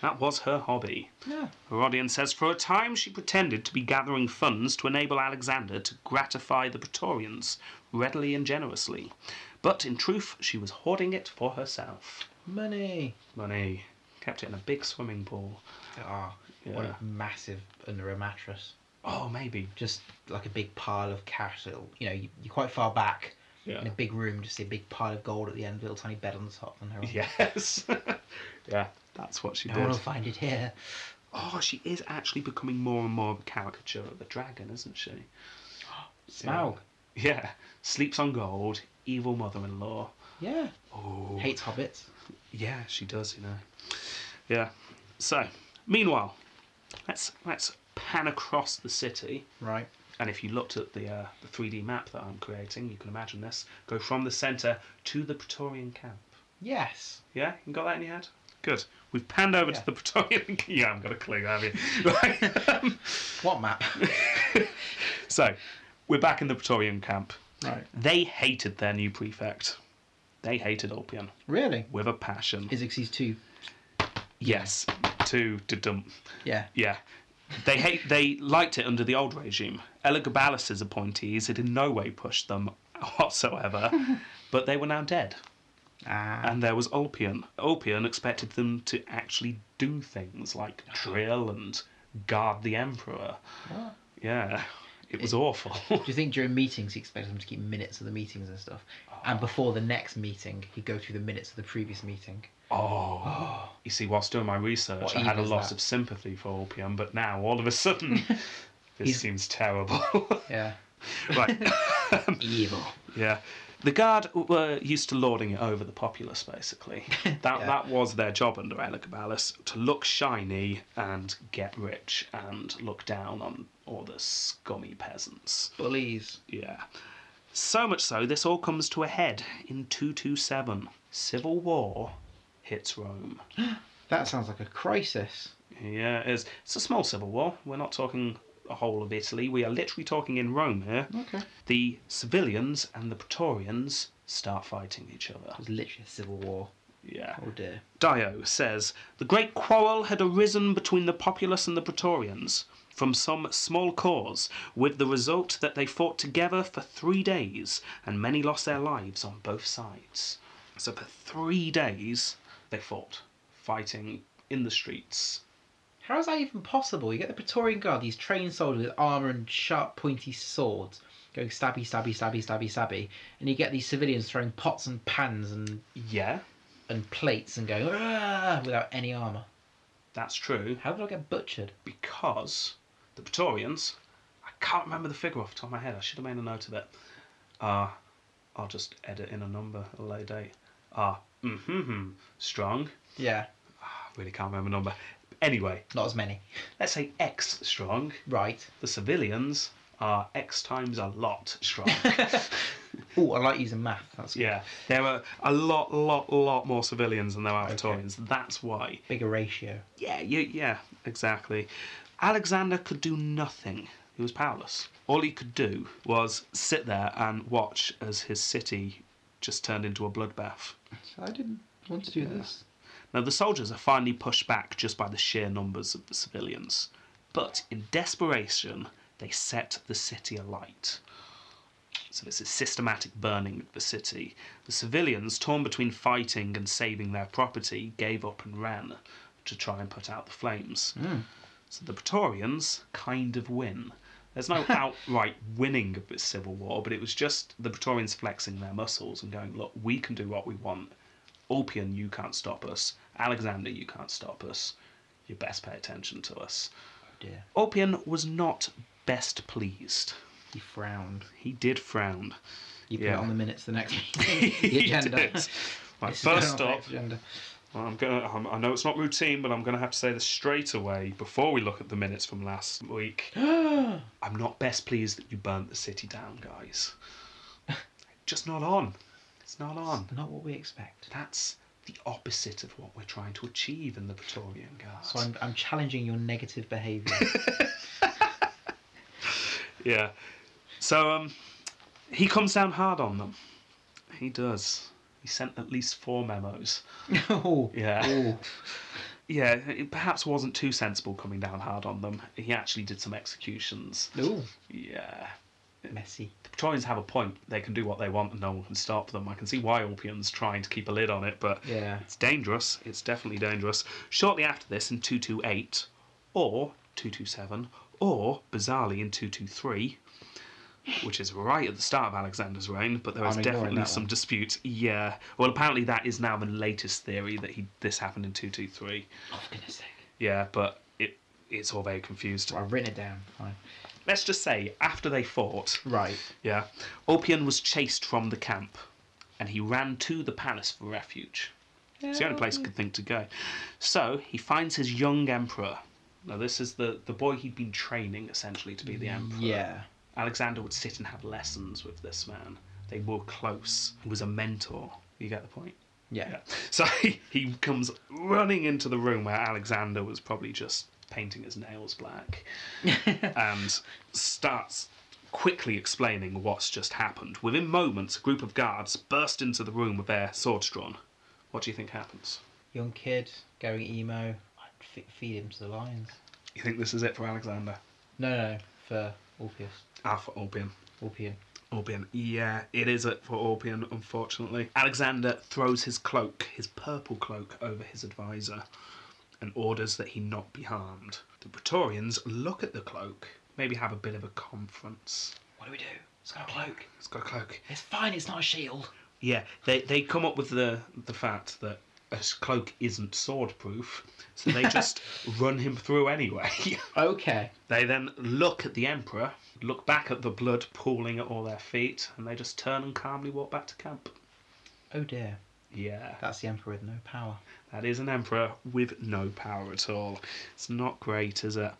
that was her hobby.
Yeah.
Herodian says for a time she pretended to be gathering funds to enable Alexander to gratify the Praetorians readily and generously. But in truth, she was hoarding it for herself.
Money.
Money. Kept it in a big swimming pool.
Ah, what
Yeah.
a massive under a mattress.
Oh, maybe.
Just like a big pile of cash. That'll, you know, you- you're quite far back in
Yeah.
a big room. Just see a big pile of gold at the end, little tiny bed on the top, and her.
<laughs> Yes. <laughs> yeah, that's what she
No
did.
one will find it here.
Oh, she is actually becoming more and more of a caricature of a dragon, isn't she?
Smaug.
Yeah. Sleeps on gold, evil mother in law.
Yeah.
Oh.
Hates hobbits.
Yeah, she does, you know. Yeah. So, meanwhile, let's let's pan across the city.
Right.
And if you looked at the, uh, the 3D map that I'm creating, you can imagine this. Go from the centre to the Praetorian camp.
Yes.
Yeah, you got that in your head? Good. We've panned over
Yeah.
to the Praetorian. <laughs> yeah, I've got a clue, have you? <laughs> Right. Um,
What map?
so, we're back in the Praetorian camp.
right.
They hated their new prefect. They hated Ulpian
<laughs> Really?
with a passion.
Xerxes two.
Yes, to to dump.
Yeah.
Yeah, they hate. They liked it under the old regime. Elagabalus's appointees had in no way pushed them <laughs> whatsoever, but they were now dead,
Ah.
and there was Ulpian. Ulpian expected them to actually do things like drill and guard the emperor.
What?
Yeah, it was awful.
Ah. Do
<laughs>
you think during meetings he expected them to keep minutes of the meetings and stuff? And before the next meeting, he'd go through the minutes of the previous meeting.
Oh. <gasps> You see, whilst doing my research,
What
I had a
evil is
lot
that?
of sympathy for Ulpian, but now, all of
<laughs>
a sudden, this
He's-
seems terrible. <laughs>
Yeah.
right.
<laughs> Evil.
yeah. The guard were used to lording it over the populace, basically. That
<laughs> Yeah.
that was their job under Elagabalus to look shiny and get rich and look down on all the scummy peasants.
Bullies.
Yeah. So much so, this all comes to a head in 227. Civil war hits Rome.
That sounds like a crisis.
Yeah, it is. It's a small civil war. We're not talking the whole of Italy. We are literally talking in Rome here.
Okay.
The civilians and the Praetorians start fighting each other.
It's literally a civil war.
Yeah.
Oh dear.
Dio says the great quarrel had arisen between the populace and the Praetorians from some small cause, with the result that they fought together for three days, and many lost their lives on both sides. So for three days they fought, fighting in the streets.
How is that even possible? You get the Praetorian Guard, these trained soldiers with armour and sharp, pointy swords, going stabby, stabby, stabby, stabby, stabby, and you get these civilians throwing pots and pans and,
Yeah,
and plates and going "Ah," without any armour.
that's true,
How did I get butchered?
because the Praetorians, I can't remember the figure off the top of my head, I should have made a note of it. Uh, I'll just edit in a number at a later date. Ah, mm hmm, strong.
Yeah,
I really can't remember the number. Anyway,
not as many.
let's say X strong.
Right.
The civilians are X times a lot strong.
Oh, I like using math. That's
yeah, there are a lot, lot, lot more civilians than there are Praetorians. That's why.
bigger ratio.
Yeah, you, yeah, exactly. Alexander could do nothing. He was powerless. All he could do was sit there and watch as his city just turned into a bloodbath.
I didn't want to do this.
Now, the soldiers are finally pushed back just by the sheer numbers of the civilians. But in desperation, they set the city alight. So, this is systematic burning of the city. The civilians, torn between fighting and saving their property, gave up and ran to try and put out the flames. So, the Praetorians kind of win.
<laughs>
There's no outright winning of this civil war, but it was just the Praetorians flexing their muscles and going, look, we can do what we want. Ulpian, you can't stop us. Alexander, you can't stop us. You best pay attention to us.
Oh dear.
Ulpian was not best pleased.
He frowned.
He
<laughs>
did frown.
You put
Yeah.
it on the minutes the next
<laughs>
meeting. the agenda.
did.
This
Right,
is <laughs> going on
first
the
up,
next agenda.
well, I'm gonna. I'm, I know it's not routine, but I'm gonna have to say this straight away before we look at the minutes from last week. I'm not best pleased that you burnt the city down, <laughs> guys. Just not on. It's not on.
Not what we expect.
That's the opposite of what we're trying to achieve in the Praetorian Guards.
So I'm, I'm challenging your negative behaviour.
Yeah. So um, he comes down hard on them. He does. He sent at least four memos.
oh,
Yeah.
Oh,
Yeah, it perhaps wasn't too sensible coming down hard on them. He actually did some executions.
Ooh,
Yeah.
messy.
The Praetorians have a point. They can do what they want and no one can stop them. I can see why Ulpian's trying to keep a lid on it, but
Yeah.
it's dangerous. It's definitely dangerous. Shortly after this, in 228, or 227, or bizarrely in 223, which is right at the start of Alexander's reign, but there is
I'm ignoring
definitely
that
some
one.
dispute. Yeah. Well, apparently that is now the latest theory that he this happened in 223.
Oh, for goodness sake.
Yeah, but it it's all very confused.
Well, I've written it down. Fine.
Let's just say after they fought,
Right.
yeah, Ulpian was chased from the camp, and he ran to the palace for refuge. It's the only place he could think to go. So he finds his young emperor. Now this is the the boy he'd been training essentially to be the emperor.
Yeah.
Alexander would sit and have lessons with this man. They were close. He was a mentor. You get the point.
Yeah.
Yeah. <laughs> So he, he comes running into the room where Alexander was probably just painting his nails black and starts quickly explaining what's just happened. Within moments, a group of guards burst into the room with their swords drawn. What do you think happens?
<laughs> Young kid going emo. I'd fe- feed him to the lions.
You think this is it for Alexander?
No, no, no, for Orpheus.
Alpha Albion.
Orphean.
Albion. Yeah, it is it for Albion, unfortunately. Alexander throws his cloak, his purple cloak, over his advisor and orders that he not be harmed. The Praetorians look at the cloak, maybe have a bit of a conference.
What do we do? It's got a cloak.
It's got a cloak.
It's fine. It's not a shield.
Yeah, they, they come up with the, the fact that a s- cloak isn't sword proof, so they just run him through anyway. <laughs>
Okay.
They then look at the Emperor, look back at the blood pooling at all their feet, and they just turn and calmly walk back to camp.
Oh dear,
Yeah,
that's the emperor with no power.
that is an emperor with no power at all. It's not great, is it?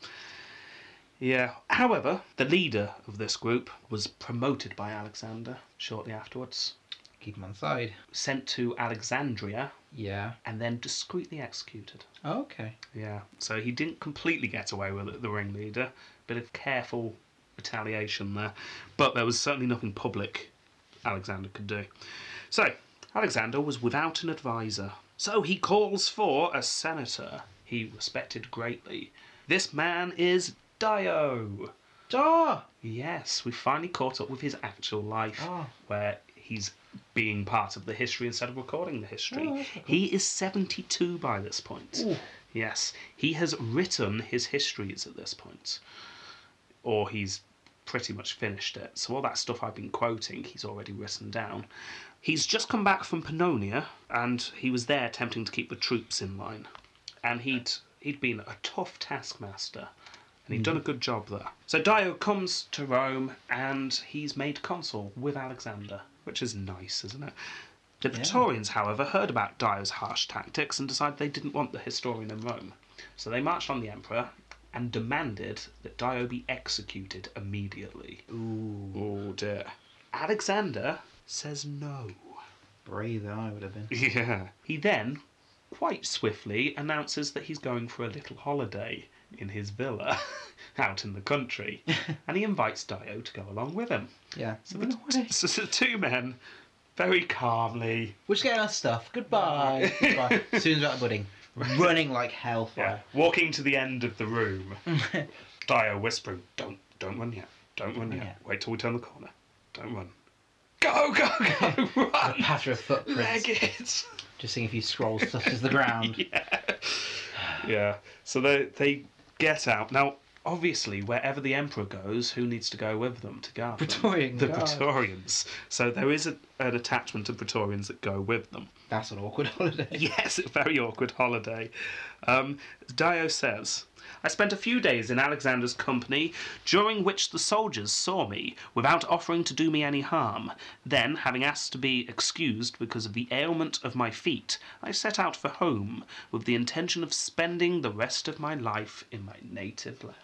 Yeah. However, the leader of this group was promoted by Alexander shortly afterwards,
Keep him on side.
sent to Alexandria,
Yeah.
and then discreetly executed.
Oh, okay.
Yeah, so he didn't completely get away with it, the ringleader. Bit of careful retaliation there. But there was certainly nothing public Alexander could do. So, Alexander was without an advisor. So he calls for a senator he respected greatly. This man is Dio.
Jar.
Yes, we finally caught up with his actual life
Ah.
where he's being part of the history instead of recording the history.
Oh, that's cool.
He is 72 by this point.
Ooh.
Yes, he has written his histories at this point, or he's pretty much finished it. So all that stuff I've been quoting, he's already written down. He's just come back from Pannonia, and he was there attempting to keep the troops in line, and he'd he'd been a tough taskmaster. And he'd done a good job there. So Dio comes to Rome and he's made consul with Alexander, which is nice, isn't it? The Praetorians, however, heard about Dio's harsh tactics and decided they didn't want the historian in Rome. So they marched on the emperor and demanded that Dio be executed immediately.
Ooh,
Oh dear. Alexander says no.
braver than I would have been.
Yeah. He then, quite swiftly, announces that he's going for a little holiday in his villa <laughs> out in the <laughs> country and he invites Dio to go along with him.
Yeah.
So the, <laughs> so the two men very calmly
We're just getting our stuff. Goodbye. <laughs> Goodbye. Soon as we're out of budding. Running like
Yeah.
hellfire.
Walking to the end of the <laughs> room, Dio whispering, "Don't, don't run yet. Don't run yet.
yet.
Wait till we turn the corner. Don't run. Go, go, <laughs> go! run!
Patter of footprints.
Leg <laughs> it!"
Just seeing if you scroll stuff to the ground.
yeah. So they they get out now. Obviously, wherever the emperor goes, who needs to go with them to guard them?
Praetorian
The
guard.
Praetorians. So there is a, an attachment of Praetorians that go with them.
That's an awkward holiday. <laughs>
<laughs> Yes, a very awkward holiday. Um, Dio says, I spent a few days in Alexander's company, during which the soldiers saw me without offering to do me any harm. Then, having asked to be excused because of the ailment of my feet, I set out for home with the intention of spending the rest of my life in my native land.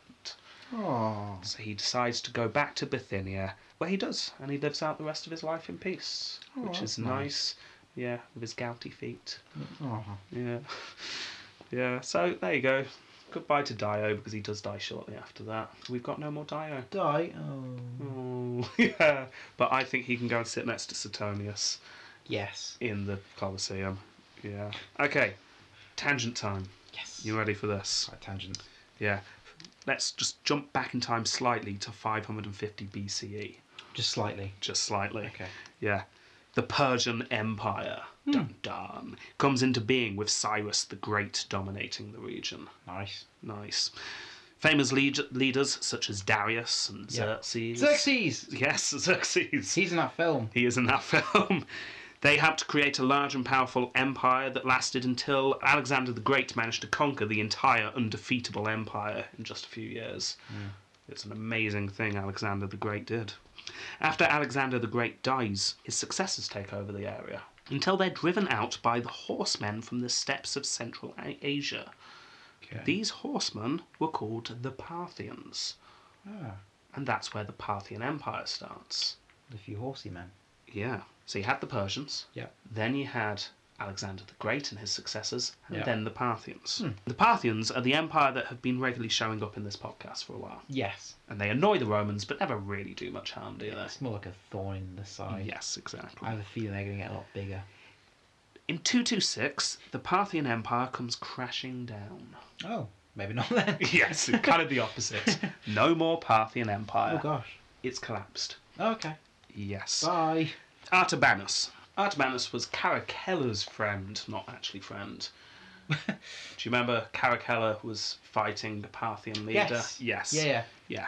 Oh,
So he decides to go back to Bithynia, where he does, and he lives out the rest of his life in peace, which
that's
is nice. Yeah, with his gouty feet.
oh.
Yeah. Yeah, so there you go. Goodbye to Dio because he does die shortly after that. We've got no more Dio.
Die. Oh.
Oh, <laughs> yeah. But I think he can go and sit next to Suetonius
Yes.
in the Colosseum. Yeah. Okay, tangent time.
Yes.
You ready for this?
Right, tangents.
Yeah. Let's just jump back in time slightly to 550 BCE.
Just slightly.
E. Just slightly.
Okay.
Yeah. The Persian Empire, dun dun, comes into being with Cyrus the Great dominating the region.
Nice.
Nice. Famous lead- leaders such as Darius and
Yeah.
Xerxes.
Xerxes!
Yes, <laughs> Xerxes.
He's in that film.
He is in that film. They had to create a large and powerful empire that lasted until Alexander the Great managed to conquer the entire undefeatable empire in just a few years. It's an amazing thing Alexander the Great did. After Alexander the Great dies, his successors take over the area until they're driven out by the horsemen from the steppes of Central A- Asia.
Okay.
These horsemen were called the Parthians,
Ah,
and that's where the Parthian Empire starts.
the few horsey men.
Yeah. So you had the Persians,
Yeah.
then you had Alexander the Great and his successors, and
Yeah.
then the Parthians. The Parthians are the empire that have been regularly showing up in this podcast for a while,
Yes.
and they annoy the Romans but never really do much harm, do they? Oh,
It's more like a thorn in the side.
Yes, exactly.
I have a feeling they're going to get a lot bigger.
In 226, the Parthian Empire comes crashing down.
Oh, maybe not then.
<laughs> Yes,
<laughs>
kind of the opposite. <laughs> No more Parthian
Oh,
Empire.
gosh.
it's collapsed.
Okay.
Yes.
Bye.
Artabanus. Artabanus was Caracella's friend, not actually friend. Do you remember Caracalla was fighting the Parthian leader?
Yes.
Yes.
Yeah, yeah.
Yeah.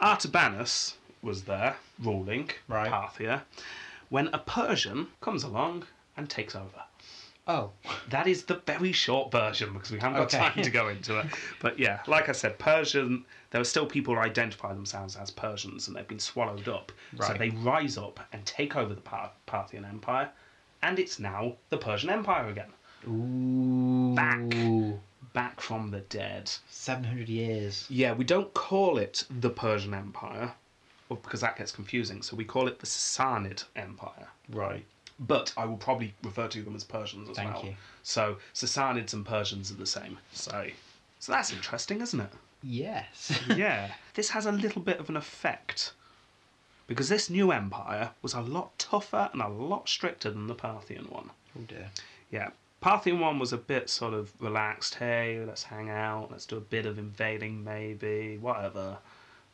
Artabanus was there, ruling
Right.
Parthia, when a Persian comes along and takes over.
Oh,
That is the very short version because we haven't got
Okay.
time to go into it. But yeah, like I said, Persian, there are still people who identify themselves as Persians and they've been swallowed up. So
Right.
they rise up and take over the Par- Parthian Empire, and it's now the Persian Empire again.
ooh,
Back from the dead.
seven hundred years.
Yeah, we don't call it the Persian Empire well, because that gets confusing. So we call it the Sassanid Empire.
Right.
But I will probably refer to them as Persians as
Thank
well.
you.
So Sassanids and Persians are the same. So, so that's interesting, isn't
<laughs>
it?
Yes.
yeah. This has a little bit of an effect. Because this new empire was a lot tougher and a lot stricter than the Parthian one.
oh dear.
Yeah. Parthian one was a bit sort of relaxed. Hey, let's hang out. Let's do a bit of invading, maybe. Whatever.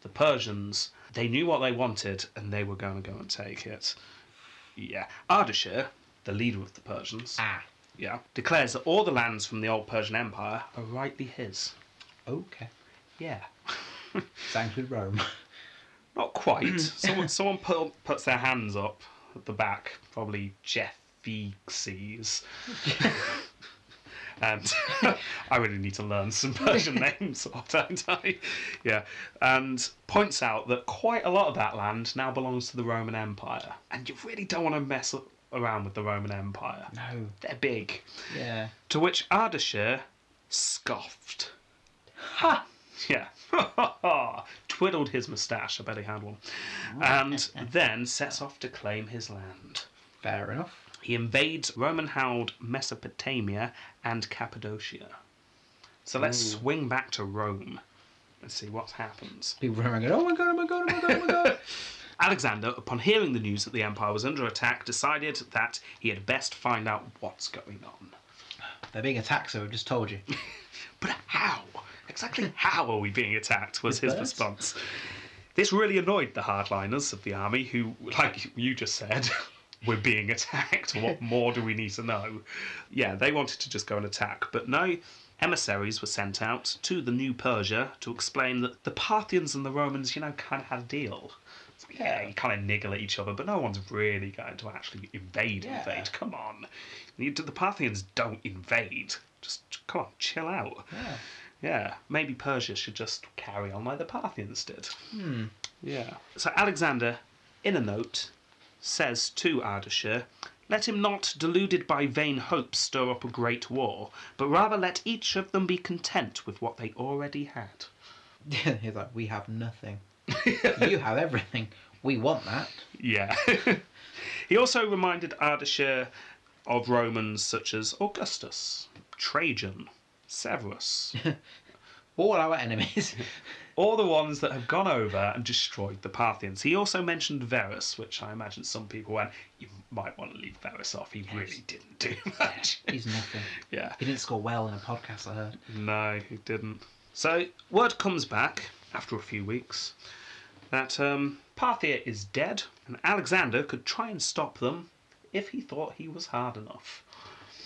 The Persians, they knew what they wanted and they were going to go and take it. Yeah. Ardashir, the leader of the Persians,
Ah.
yeah, declares that all the lands from the old Persian Empire are rightly his.
Okay.
Yeah.
<laughs> Sounds with Rome.
Not quite. someone someone put, puts their hands up at the back, probably Jeff Veekses. and <laughs> I really need to learn some Persian names, or don't I? Yeah. And points out that quite a lot of that land now belongs to the Roman Empire. And you really don't want to mess up around with the Roman Empire.
No.
They're big.
Yeah.
To which Ardashir scoffed.
Ha.
Yeah. <laughs> Twiddled his moustache, I bet he had one. And then sets off to claim his land.
Fair enough.
He invades Roman held Mesopotamia and Cappadocia. So let's swing back to Rome and see what happens.
People were going, oh my god, oh my god, oh my god, oh my god.
Alexander, upon hearing the news that the empire was under attack, decided that he had best find out what's going on.
<laughs> They're being attacked, so I've just told you.
But how? Exactly how are we being attacked? was his
With birds?
response. This really annoyed the hardliners of the army, who, like you just said, <laughs> were being attacked. What more do we need to know? Yeah, they wanted to just go and attack, but no. Emissaries were sent out to the new Persia to explain that the Parthians and the Romans, you know, kind of had a deal. It's like, yeah, you kind of niggle at each other, but no one's really going to actually invade.
Yeah.
Invade? Come on, You- the Parthians don't invade. Just come on, chill out.
Yeah.
Yeah, maybe Persia should just carry on like the Parthians did. Yeah. So Alexander, in a note, says to Ardashir, let him not, deluded by vain hopes, stir up a great war, but rather let each of them be content with what they already had.
<laughs> He's like, we have <laughs> nothing. you have everything. We want that.
Yeah. <laughs> he also reminded Ardashir of Romans such as Augustus, Trajan, Severus,
All our enemies.
all the ones that have gone over and destroyed the Parthians. He also mentioned Verus, which I imagine some people went, you might want to leave Verus off. He really didn't do <laughs> much.
<laughs> He's nothing.
yeah.
He didn't score well in a podcast I heard.
No, he didn't. So word comes back after a few weeks that um, Parthia is dead, and Alexander could try and stop them if he thought he was hard enough.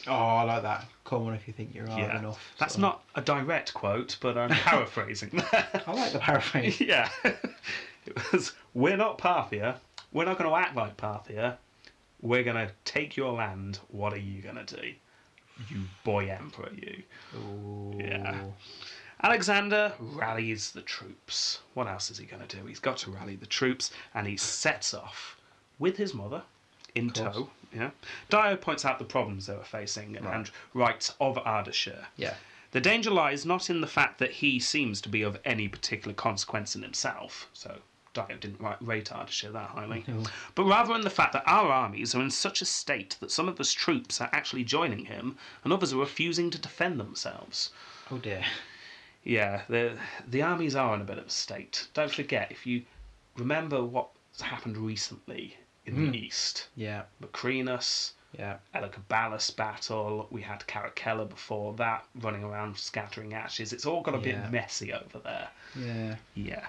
Oh, I like that. Come on, if you think you're hard
yeah,
enough.
that's
sort of.
not a direct quote, but
<laughs>
I'm paraphrasing that.
I like the paraphrase.
<laughs> yeah, it was. We're not Parthia. We're not going to act like Parthia. We're going to take your land. What are you going to do? You boy emperor, you.
Ooh.
Yeah. Alexander rallies the troops. What else is he going to do? He's got to rally the troops, and he sets off with his mother in
course.
tow. Yeah. Dio points out the problems they were facing and writes of Ardashir.
Yeah.
The danger lies not in the fact that he seems to be of any particular consequence in himself. So Dio didn't write, rate Ardashir that highly. But rather in the fact that our armies are in such a state that some of his troops are actually joining him and others are refusing to defend themselves.
Oh dear.
Yeah, the the armies are in a bit of a state. Don't forget, if you remember what's happened recently in the east,
Yeah.
Macrinus,
Yeah.
Elagabalus battle. We had Caracalla before that, running around scattering ashes. It's all got a
Yeah.
bit messy over there.
Yeah.
Yeah.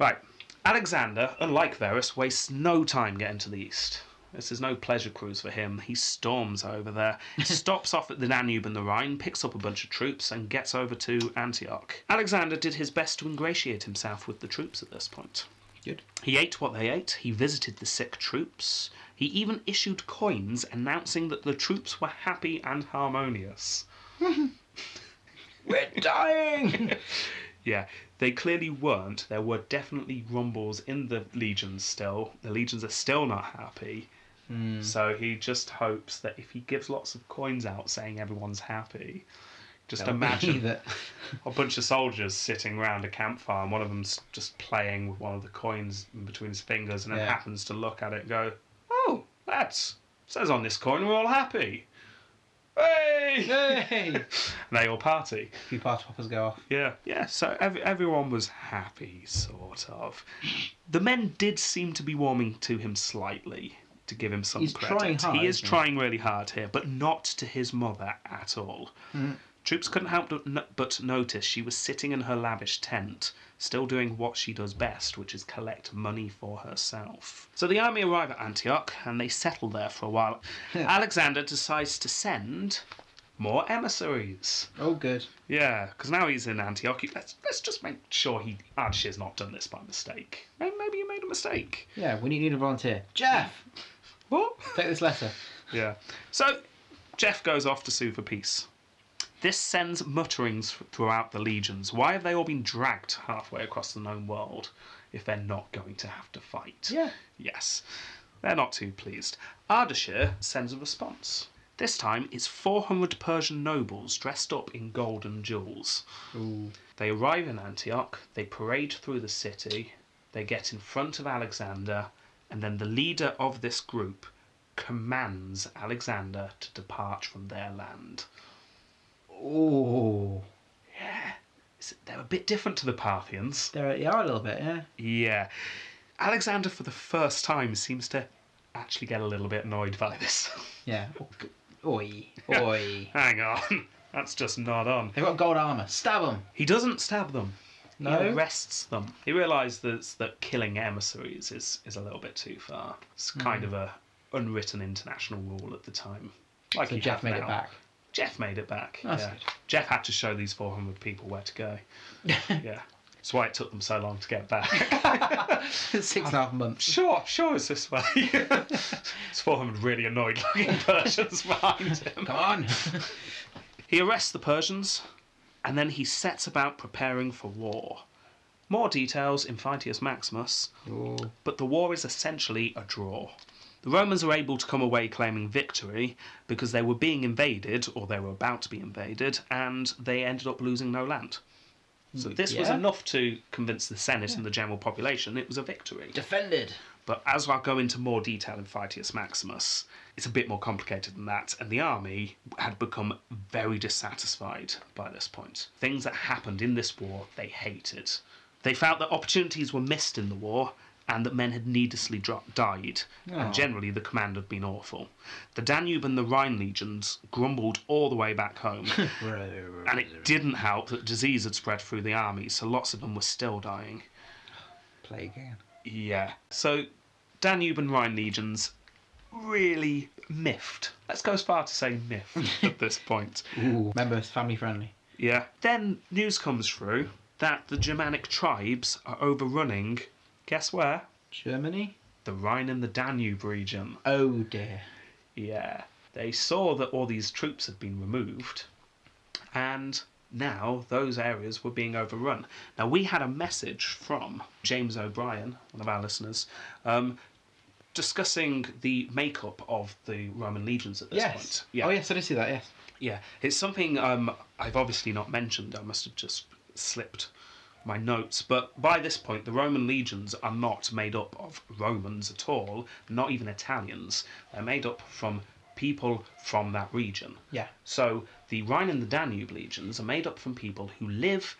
Right. Alexander, unlike Verus, wastes no time getting to the east. This is no pleasure cruise for him. He storms over there, stops off at the Danube and the Rhine, picks up a bunch of troops, and gets over to Antioch. Alexander did his best to ingratiate himself with the troops at this point.
Good.
He ate what they ate, he visited the sick troops, he He even issued coins announcing that the troops were happy and harmonious.
We're dying!
Yeah, they clearly weren't. There were definitely rumbles in the legions still. The legions are still not happy. So he just hopes that if he gives lots of coins out saying everyone's happy, just imagine <laughs>
that.
a bunch of soldiers sitting around a campfire and one of them's just playing with one of the coins in between his fingers and then
Yeah.
happens to look at it and go, Oh, that's says on this coin we're all happy. Hey!
Hey!
<laughs> And they all party.
a few party poppers go off.
Yeah. Yeah, so ev- everyone was happy, sort of. The men did seem to be warming to him slightly, to give him some
He's
credit.
trying hard,
he is
isn't he?
trying really hard here, but not to his mother at all.
Mm-hmm.
Troops couldn't help but no- but notice she was sitting in her lavish tent, still doing what she does best, which is collect money for herself. So the army arrive at Antioch and they settle there for a while. Alexander decides to send more emissaries.
Oh, good.
Yeah, because now he's in Antioch. he- Let's let's just make sure he Archie's not done this by mistake. May- Maybe you made a mistake.
Yeah, we need, need a volunteer. Jeff!
What?
Take this letter.
Yeah. So Jeff goes off to sue for peace. This sends mutterings throughout the legions. Why have they all been dragged halfway across the known world if they're not going to have to fight?
Yeah.
Yes. They're not too pleased. Ardashir sends a response. This time it's 400 Persian nobles dressed up in gold and jewels.
Ooh.
They arrive in Antioch, they parade through the city, they get in front of Alexander, and then the leader of this group commands Alexander to depart from their land.
Ooh.
It's- They're a bit different to the Parthians.
There they are a little bit, yeah?
Yeah. Alexander, for the first time, seems to actually get a little bit annoyed by this. <laughs>
Yeah. Oi. Oi.
Hang on, that's just not on.
They've got gold armour. Stab them!
He doesn't stab them. He
No?
arrests them. He realizes that killing emissaries is, is a little bit too far. It's
Hmm.
kind of a unwritten international rule at the time. Like
So
you
Jeff
have
made it
now.
back.
Jeff made it back.
That's
yeah.
good.
Jeff had to show these 400 people where to go. yeah. That's why it took them so long to get back.
<laughs> Six and a half months.
sure, sure, it's this way. <laughs> it's 400 really annoyed
<laughs>
looking Persians behind him.
Come
<laughs>
on!
He arrests the Persians, and then he sets about preparing for war. More details in Fietius Maximus,
Ooh.
but the war is essentially a draw. The Romans are able to come away claiming victory because they were being invaded, or they were about to be invaded, and they ended up losing no land. So this was
yeah.
enough to convince the Senate and the general population it was a victory.
Defended!
But as I'll go into more detail in Fightius Maximus, it's a bit more complicated than that, and the army had become very dissatisfied by this point. Things that happened in this war they hated. They felt that opportunities were missed in the war and that men had needlessly dro- died,
Aw.
and generally the command had been awful. The Danube and the Rhine legions grumbled all the way back home, and it didn't help that disease had spread through the army, so lots of them were still dying.
Play again.
Yeah. So Danube and Rhine legions really miffed. Let's go as far to say miffed at this point.
<laughs> Ooh. Remember, it's family friendly.
Yeah. Then news comes through that the Germanic tribes are overrunning guess where?
Germany?
The Rhine and the Danube region.
Oh dear.
Yeah. They saw that all these troops had been removed and now those areas were being overrun. Now we had a message from James O'Brien, one of our listeners, um, discussing the makeup of the Roman legions at this point.
Yes. Oh, yes, I did see that, yes.
Yeah, it's something um, I've obviously not mentioned. I must have just slipped my notes. But by this point, the Roman legions are not made up of Romans at all, not even Italians. They're made up from people from that region.
Yeah.
So the Rhine and the Danube legions are made up from people who live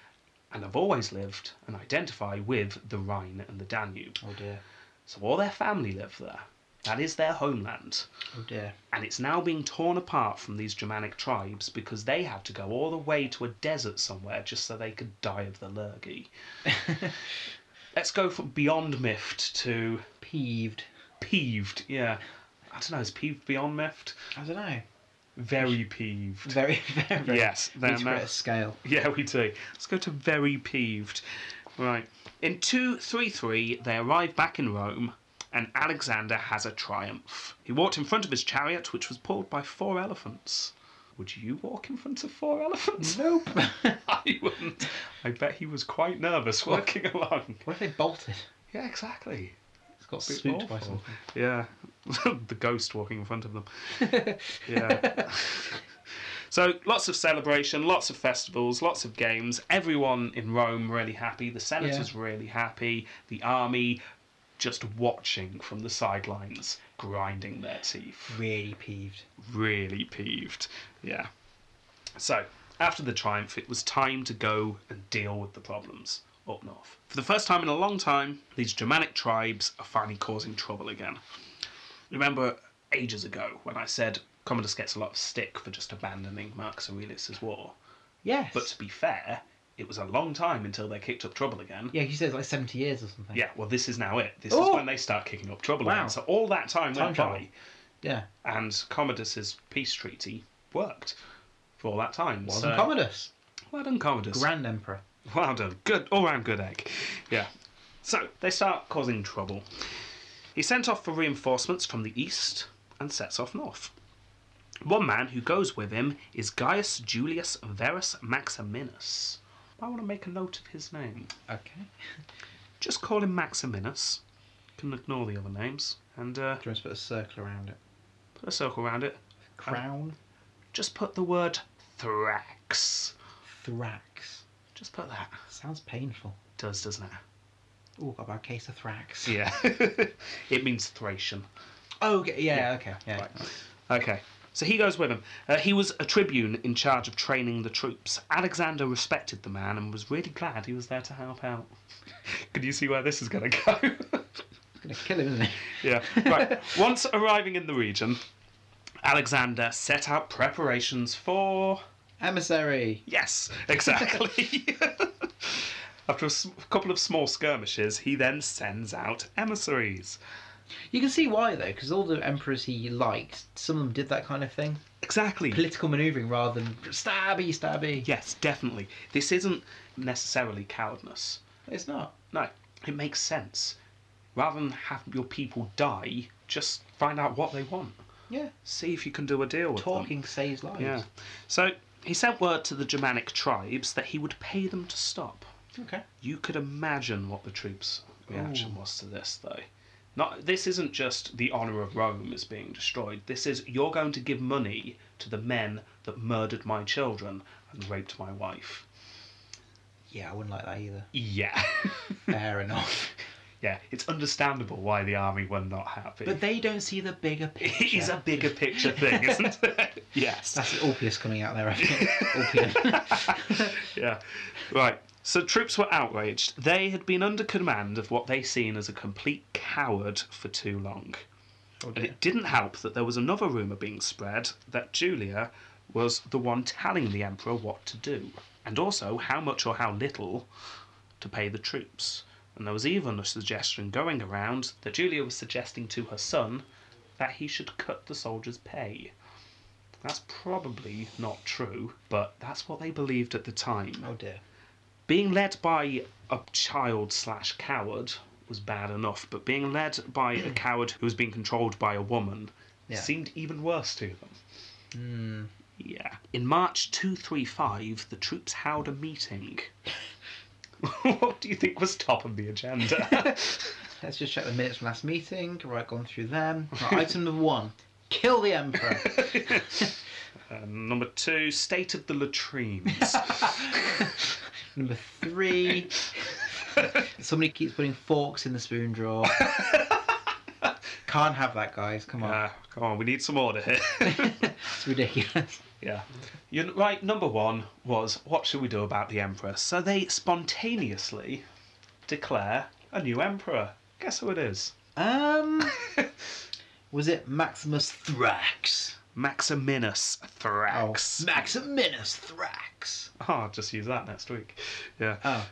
and have always lived and identify with the Rhine and the Danube.
Oh dear.
So all their family live there. That is their homeland
Oh dear.
and it's now being torn apart from these Germanic tribes because they had to go all the way to a desert somewhere just so they could die of the lurgy. Let's go from beyond miffed to
Peeved.
peeved. Yeah, I don't know. Is peeved beyond miffed?
I don't know.
Very peeved.
Very, <laughs> very. very
Yes,
Need
they're
to create
ma-
a scale.
<laughs> Yeah, we do. Let's go to very peeved. Right. In 233, they arrive back in Rome and Alexander has a triumph. He walked in front of his chariot, which was pulled by four elephants. Would you walk in front of four <laughs> elephants?
Nope.
I wouldn't. I bet he was quite nervous walking along.
<laughs> what if they bolted?
Yeah, exactly.
It's got
Be
swooped by
awful.
something.
Yeah, <laughs> the ghost walking in front of them. Yeah. so lots of celebration, lots of festivals, lots of games. Everyone in Rome really happy. The senators really happy. The army just watching from the sidelines, grinding their teeth.
Really peeved.
Really peeved. Yeah. So after the triumph, it was time to go and deal with the problems up north. For the first time in a long time, these Germanic tribes are finally causing trouble again remember ages ago when I said Commodus gets a lot of stick for just abandoning Marcus Aurelius' war.
Yes.
But to be fair, it was a long time until they kicked up trouble again.
yeah, he says like seventy years or something.
Yeah, well, this is now it. This
Oh!
is when they start kicking up trouble
Wow.
again. So all that time,
Time
went
travel.
by,
Yeah.
and Commodus's peace treaty worked for all that time.
Wasn't
so,
Commodus
Well done, Commodus.
Grand Emperor?
Well done. Good all round good egg. Yeah. So they start causing trouble. He sent off for reinforcements from the east and sets off north. One man who goes with him is Gaius Julius Verus Maximinus. I want to make a note of his name.
Okay.
Just call him Maximinus. Can ignore the other names and uh,
Do you want to put a circle around it?
put a circle around it.
Crown
Just put the word Thrax.
thrax.
Just put that.
Sounds painful.
Does doesn't it?
Oh, got a bad case of thrax.
Yeah. <laughs> it means Thracian.
Oh, okay. Yeah. Okay. Yeah.
Okay. So he goes with him. Uh, he was a tribune in charge of training the troops. Alexander respected the man and was really glad he was there to help out. <laughs> Could you see where this is going to go? <laughs>
It's gonna kill him, isn't it?
yeah. <laughs> Right. Once arriving in the region, Alexander set out preparations for.
<laughs> Emissary.
<laughs> Yes, exactly. <laughs> After a s- couple of small skirmishes, he then sends out emissaries.
You can see why though, because all the emperors he liked, some of them did that kind of thing,
Exactly.
political manoeuvring rather than stabby, stabby.
yes, definitely. This isn't necessarily cowardness.
It's not.
No, it makes sense. Rather than have your people die, just find out what they want.
Yeah.
See if you can do a deal with
Talking saves lives.
them. Yeah. So he sent word to the Germanic tribes that he would pay them to stop.
Okay.
You could imagine what the troops' reaction was to this, though. Not this isn't just the honor of Rome is being destroyed. This is you're going to give money to the men that murdered my children and raped my wife.
Yeah, I wouldn't like that either.
Yeah,
<laughs>
<laughs>
Fair enough. <laughs>
yeah. It's understandable why the army were not happy.
But they don't see the bigger <laughs> picture.
It is a bigger picture thing, <laughs> isn't it? yes.
That's Orpheus coming out there. I think. <laughs> Orpheus.
Yeah. Right. So troops were outraged. They had been under command of what they seen as a complete coward for too long.
Oh,
And it didn't help that there was another rumour being spread that Julia was the one telling the emperor what to do, and also how much or how little to pay the troops. And there was even a suggestion going around that Julia was suggesting to her son that he should cut the soldiers' pay. That's probably not true, but that's what they believed at the time.
oh dear.
Being led by a child slash coward was bad enough, but being led by a coward who was being controlled by a woman
Yeah.
seemed even worse to them. Yeah. In March 235, the troops held a meeting. <laughs> what do you think was top of the agenda?
Let's just check the minutes from last meeting. Right, gone through them. <laughs> Right, item number one: kill the <laughs> emperor.
um, number two, state of the latrines.
number <laughs> three: somebody keeps putting forks in the spoon <laughs> drawer. Can't have that, guys. Come on,
Ah, come on, we need some order here.
<laughs> it's ridiculous.
Yeah. You're right, number one was what should we do about the emperor? So they spontaneously declare a new emperor. Guess who it is?
Um, was it Maximus Thrax? Oh,
Maximinus Thrax.
Maximinus Thrax.
Oh, <laughs> I'll just use that next week. Yeah.
Oh.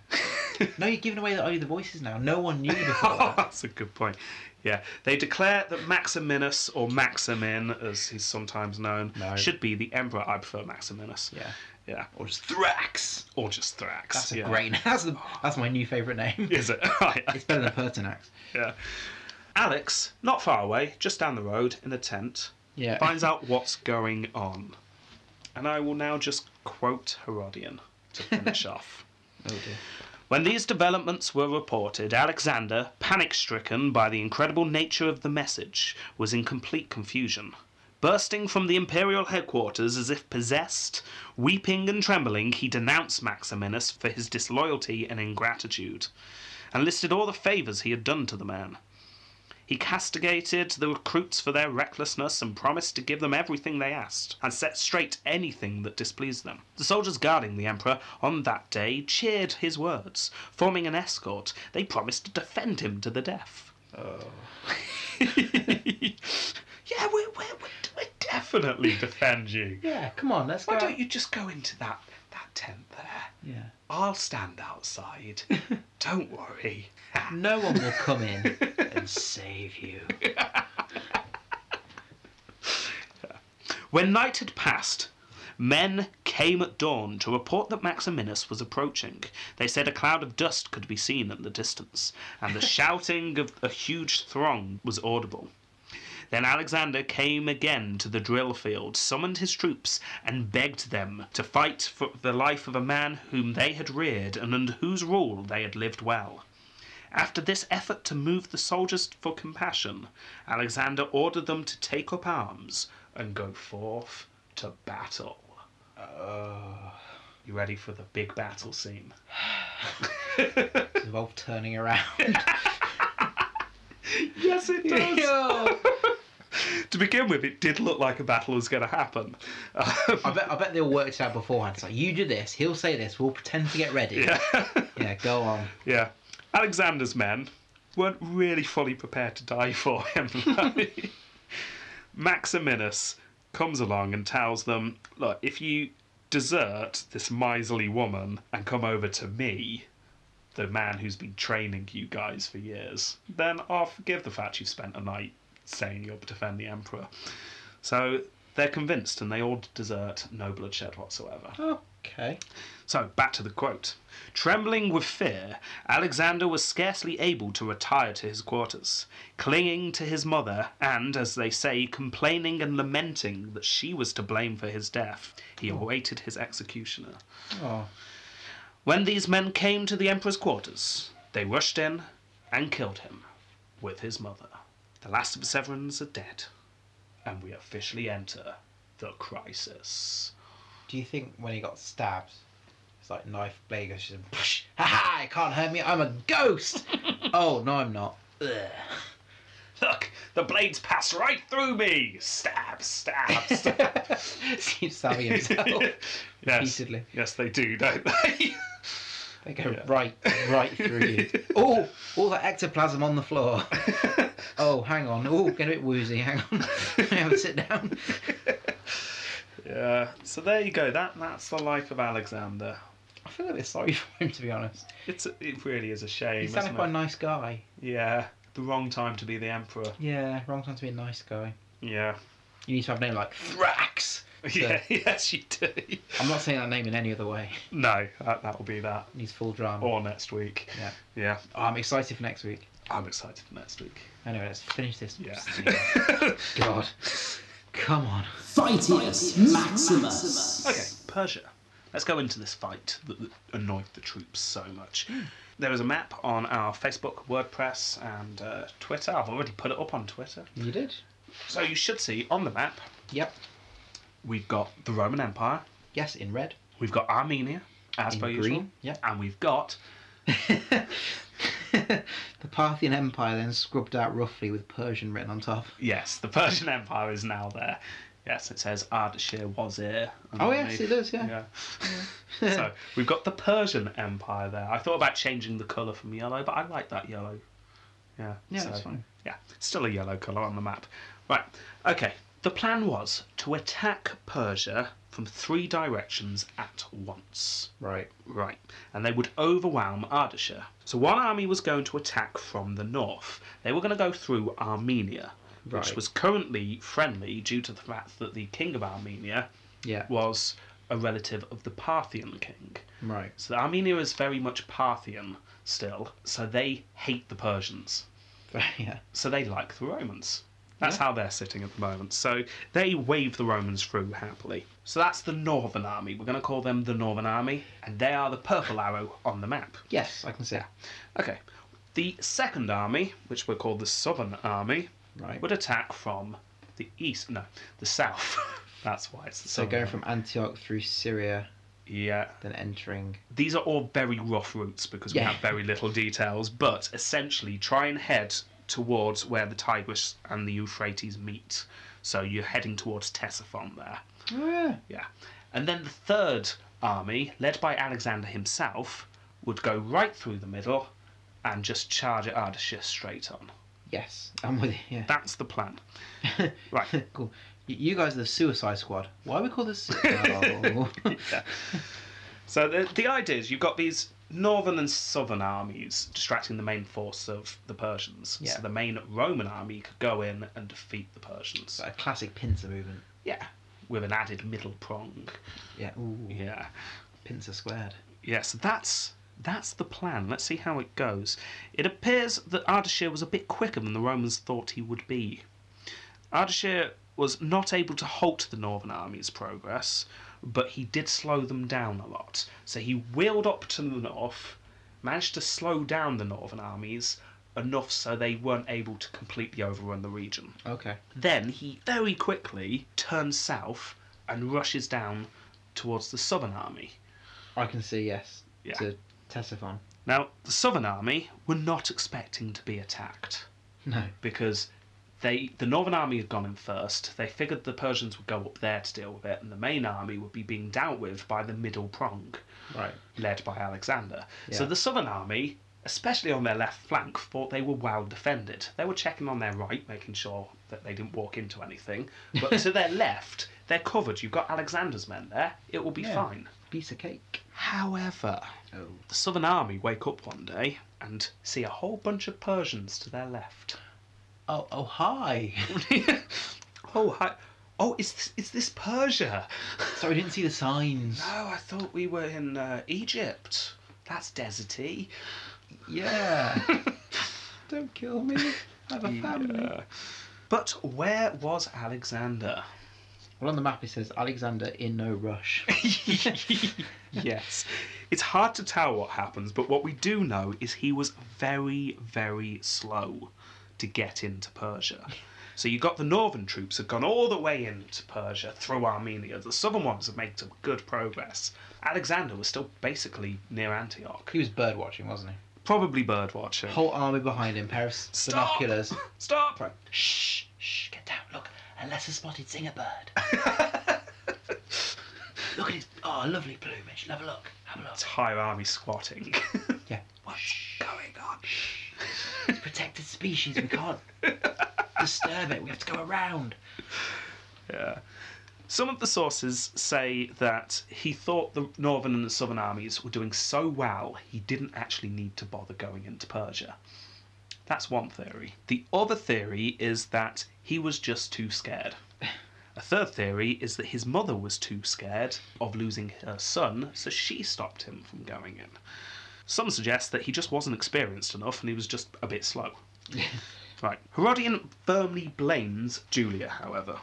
no, you're giving away the, only the voices now. No one knew before <laughs> that.
<laughs> That's a good point. Yeah. They declare that Maximinus, or Maximin, as he's sometimes known,
No.
should be the emperor. I prefer Maximinus.
Yeah.
Yeah.
Or just Thrax.
Or just
<laughs>
Thrax.
That's a
yeah.
great name. That's, the, that's my new favourite name. <laughs>
Is it? <laughs> Right.
It's better than Pertinax.
Yeah. Alex, not far away, just down the road in a tent,
Yeah.
finds out what's going on. And I will now just quote Herodian to finish off.
Oh dear.
When these developments were reported, Alexander, panic stricken by the incredible nature of the message, was in complete confusion. Bursting from the imperial headquarters as if possessed, weeping and trembling, he denounced Maximinus for his disloyalty and ingratitude, and listed all the favours he had done to the man. He castigated the recruits for their recklessness and promised to give them everything they asked and set straight anything that displeased them. The soldiers guarding the emperor on that day cheered his words. Forming an escort, they promised to defend him to the death. <laughs> yeah, we, we, we, we definitely defend you.
Yeah, come on, let's
Why
go.
don't you just go into that, that tent there?
Yeah.
I'll stand outside. don't worry.
No one will come in and save you.
When night had passed, men came at dawn to report that Maximinus was approaching. They said a cloud of dust could be seen in the distance, and the shouting of a huge throng was audible. Then Alexander came again to the drill field, summoned his troops, and begged them to fight for the life of a man whom they had reared and under whose rule they had lived well. After this effort to move the soldiers for compassion, Alexander ordered them to take up arms and go forth to battle. Uh, You ready for the big battle scene?
It's involved turning around.
Yes, <laughs> it
Yo.
to begin with, it did look like a battle was going to happen. <laughs>
I bet I bet they all worked out beforehand. It's like you do this, he'll say this, we'll pretend to get ready.
yeah.
Yeah, go on.
yeah. Alexander's men weren't really fully prepared to die for him. <laughs> like. Maximinus comes along and tells them, look, if you desert this miserly woman and come over to me, the man who's been training you guys for years, then I'll forgive the fact you've spent a night saying you'll defend the emperor. So they're convinced and they all desert, no bloodshed whatsoever.
Okay.
So, back to the quote. Trembling with fear, Alexander was scarcely able to retire to his quarters, clinging to his mother, and, as they say, complaining and lamenting that she was to blame for his death. He awaited his executioner.
Oh.
When these men came to the emperor's quarters, they rushed in and killed him with his mother. The last of the Severans are dead, and we officially enter the crisis.
Do you think when he got stabbed, it's like knife blade goes just psh, ha ha, it can't hurt me, I'm a ghost. oh no, I'm not. Ugh. <laughs>
Look, the blades pass right through me. Stab, <laughs> stab, stab.
He's stabbing <laughs> himself.
yes.
Repeatedly.
Yes, they do, don't they? <laughs>
They go right, right through you. <laughs> Oh, all that ectoplasm on the floor. oh, hang on. Oh, get a bit woozy. Hang on. <laughs> Let me have a sit down.
yeah. So there you go. That that's the life of Alexander.
I feel a bit sorry for him, to be honst.
It's a, it really is a shame.
He sounded
isn't
quite a
it?
nice guy.
Yeah. The wrong time to be the emperor.
Yeah, wrong time to be a nice guy.
Yeah.
You need to have a name like Thrax.
<laughs> Yeah. Yes, you do.
I'm not saying that name in any other way.
No, that that will be that.
It needs full drama.
Or next week.
Yeah.
Yeah.
Oh, I'm excited for next week.
I'm excited for next week.
Anyway, let's finish this.
<laughs> Yeah.
God. Come on.
Fightius Maximus.
Okay, Persia. Let's go into this fight that that annoyed the troops so much. There is a map on our Facebook, WordPress, and uh, Twitter. I've already put it up on Twitter.
You did?
So you should see on the map
Yep.
we've got the Roman Empire,
Yes, in red. <laughs>
we've got Armenia, as
In
per usual,
green, yep.
and we've got
the Parthian Empire then scrubbed out roughly with Persian written on top.
yes, the Persian Empire is now there. Yes, it says Ardashir was here.
Oh, yes, it does, yeah.
Yeah. so
<laughs>
we've got the Persian Empire there. I thought about changing the colour from yellow, but I like that yellow. Yeah.
Yeah, that's fine.
Yeah, still a yellow colour on the map. Right. Okay. The plan was to attack Persia from three directions at once.
Right.
Right. And they would overwhelm Ardashir. So one army was going to attack from the north. They were going to go through Armenia, which
Right.
was currently friendly due to the fact that the king of Armenia
Yeah.
was a relative of the Parthian king.
Right. <laughs>
So Armenia is very much Parthian still, so they hate the Persians.
yeah.
So they like the Romans. That's how they're sitting at the moment. So they wave the Romans through happily. So that's the Northern Army. We're going to call them the Northern Army, and they are the purple arrow on the map.
Yes, I can see.
Okay. The Second Army, which we're called the Southern Army,
Right.
would attack from the east. No, the south. <laughs> that's why it's the
So
Southern.
going
Army.
from Antioch through Syria,
yeah.
then entering.
These are all very rough routes because
Yeah.
we have very little details, but essentially try and head towards where the Tigris and the Euphrates meet. So you're heading towards Ctesiphon there.
Oh, yeah.
Yeah. And then the third army, led by Alexander himself, would go right through the middle and just charge at Ardashir straight on.
Yes, I'm with you.
That's the plan. Right.
Yeah. <laughs> cool. Y- You guys are the Suicide Squad. Why are we <laughs> called the Suicide Squad? <laughs>
So the, the idea is you've got these northern and southern armies distracting the main force of the Persians.
Yeah.
So the main Roman army could go in and defeat the Persians.
A classic pincer movement.
Yeah. With an added middle prong.
Yeah. Ooh,
Yeah.
pincer squared.
Yeah, so that's that's the plan. Let's see how it goes. It appears that Ardashir was a bit quicker than the Romans thought he would be. Ardashir was not able to halt the Northern Army's progress, but he did slow them down a lot. So he wheeled up to the north, managed to slow down the Northern Armies enough so they weren't able to completely overrun the region.
Okay.
Then he very quickly turns south and rushes down towards the Southern Army.
I can see yes.
Yeah.
To Tessaphon.
Now, the Southern Army were not expecting to be attacked
<laughs> No.
because they the Northern Army had gone in first. They figured the Persians would go up there to deal with it, and the main army would be being dealt with by the middle prong,
Right.
led by Alexander. So
Yeah.
the Southern Army, especially on their left flank, thought they were well defended. They were checking on their right, making sure that they didn't walk into anything.
<laughs>
But to their left, they're covered. You've got Alexander's men there. It will be
Yeah.
fine.
Piece of cake.
However,
Oh.
the Southern Army wake up one day and see a whole bunch of Persians to their left. <laughs>
Oh. Oh. Hi. <laughs>
oh, hi. Oh, is this, is this Persia?
Sorry, I didn't see the <laughs> signs.
Oh, I thought we were in uh, Egypt. That's deserty. <laughs>
Yeah. Don't kill me. I have a family.
Yeah. But where was Alexander?
Well, on the map it says Alexander in no
<laughs>
rush. <laughs>
yes. <laughs> It's hard to tell what happens, but what we do know is he was very, very slow to get into Persia. So you got the northern troops had gone all the way into Persia through Armenia. The southern ones had made some good progress. Alexander was still basically near Antioch,
he was bird watching, wasn't he?
probably bird watching.
Whole army behind him, pair of s-
Stop!
binoculars.
Stop!
Shh, shh, get down. Look, a lesser spotted singer bird.
<laughs>
look at his. Oh, lovely plumage. Have a look. Have a look.
Entire army squatting. <laughs>
Yeah.
What's going on?
It's a protected species. We
<laughs>
can't disturb it. We have to go around.
Yeah. Some of the sources say that he thought the northern and the southern armies were doing so well he didn't actually need to bother going into Persia. That's one theory. The other theory is that he was just too scared. A third theory is that his mother was too scared of losing her son, so she stopped him from going in. Some suggest that he just wasn't experienced enough and he was just a bit slow. right. Herodian firmly blames Julia, however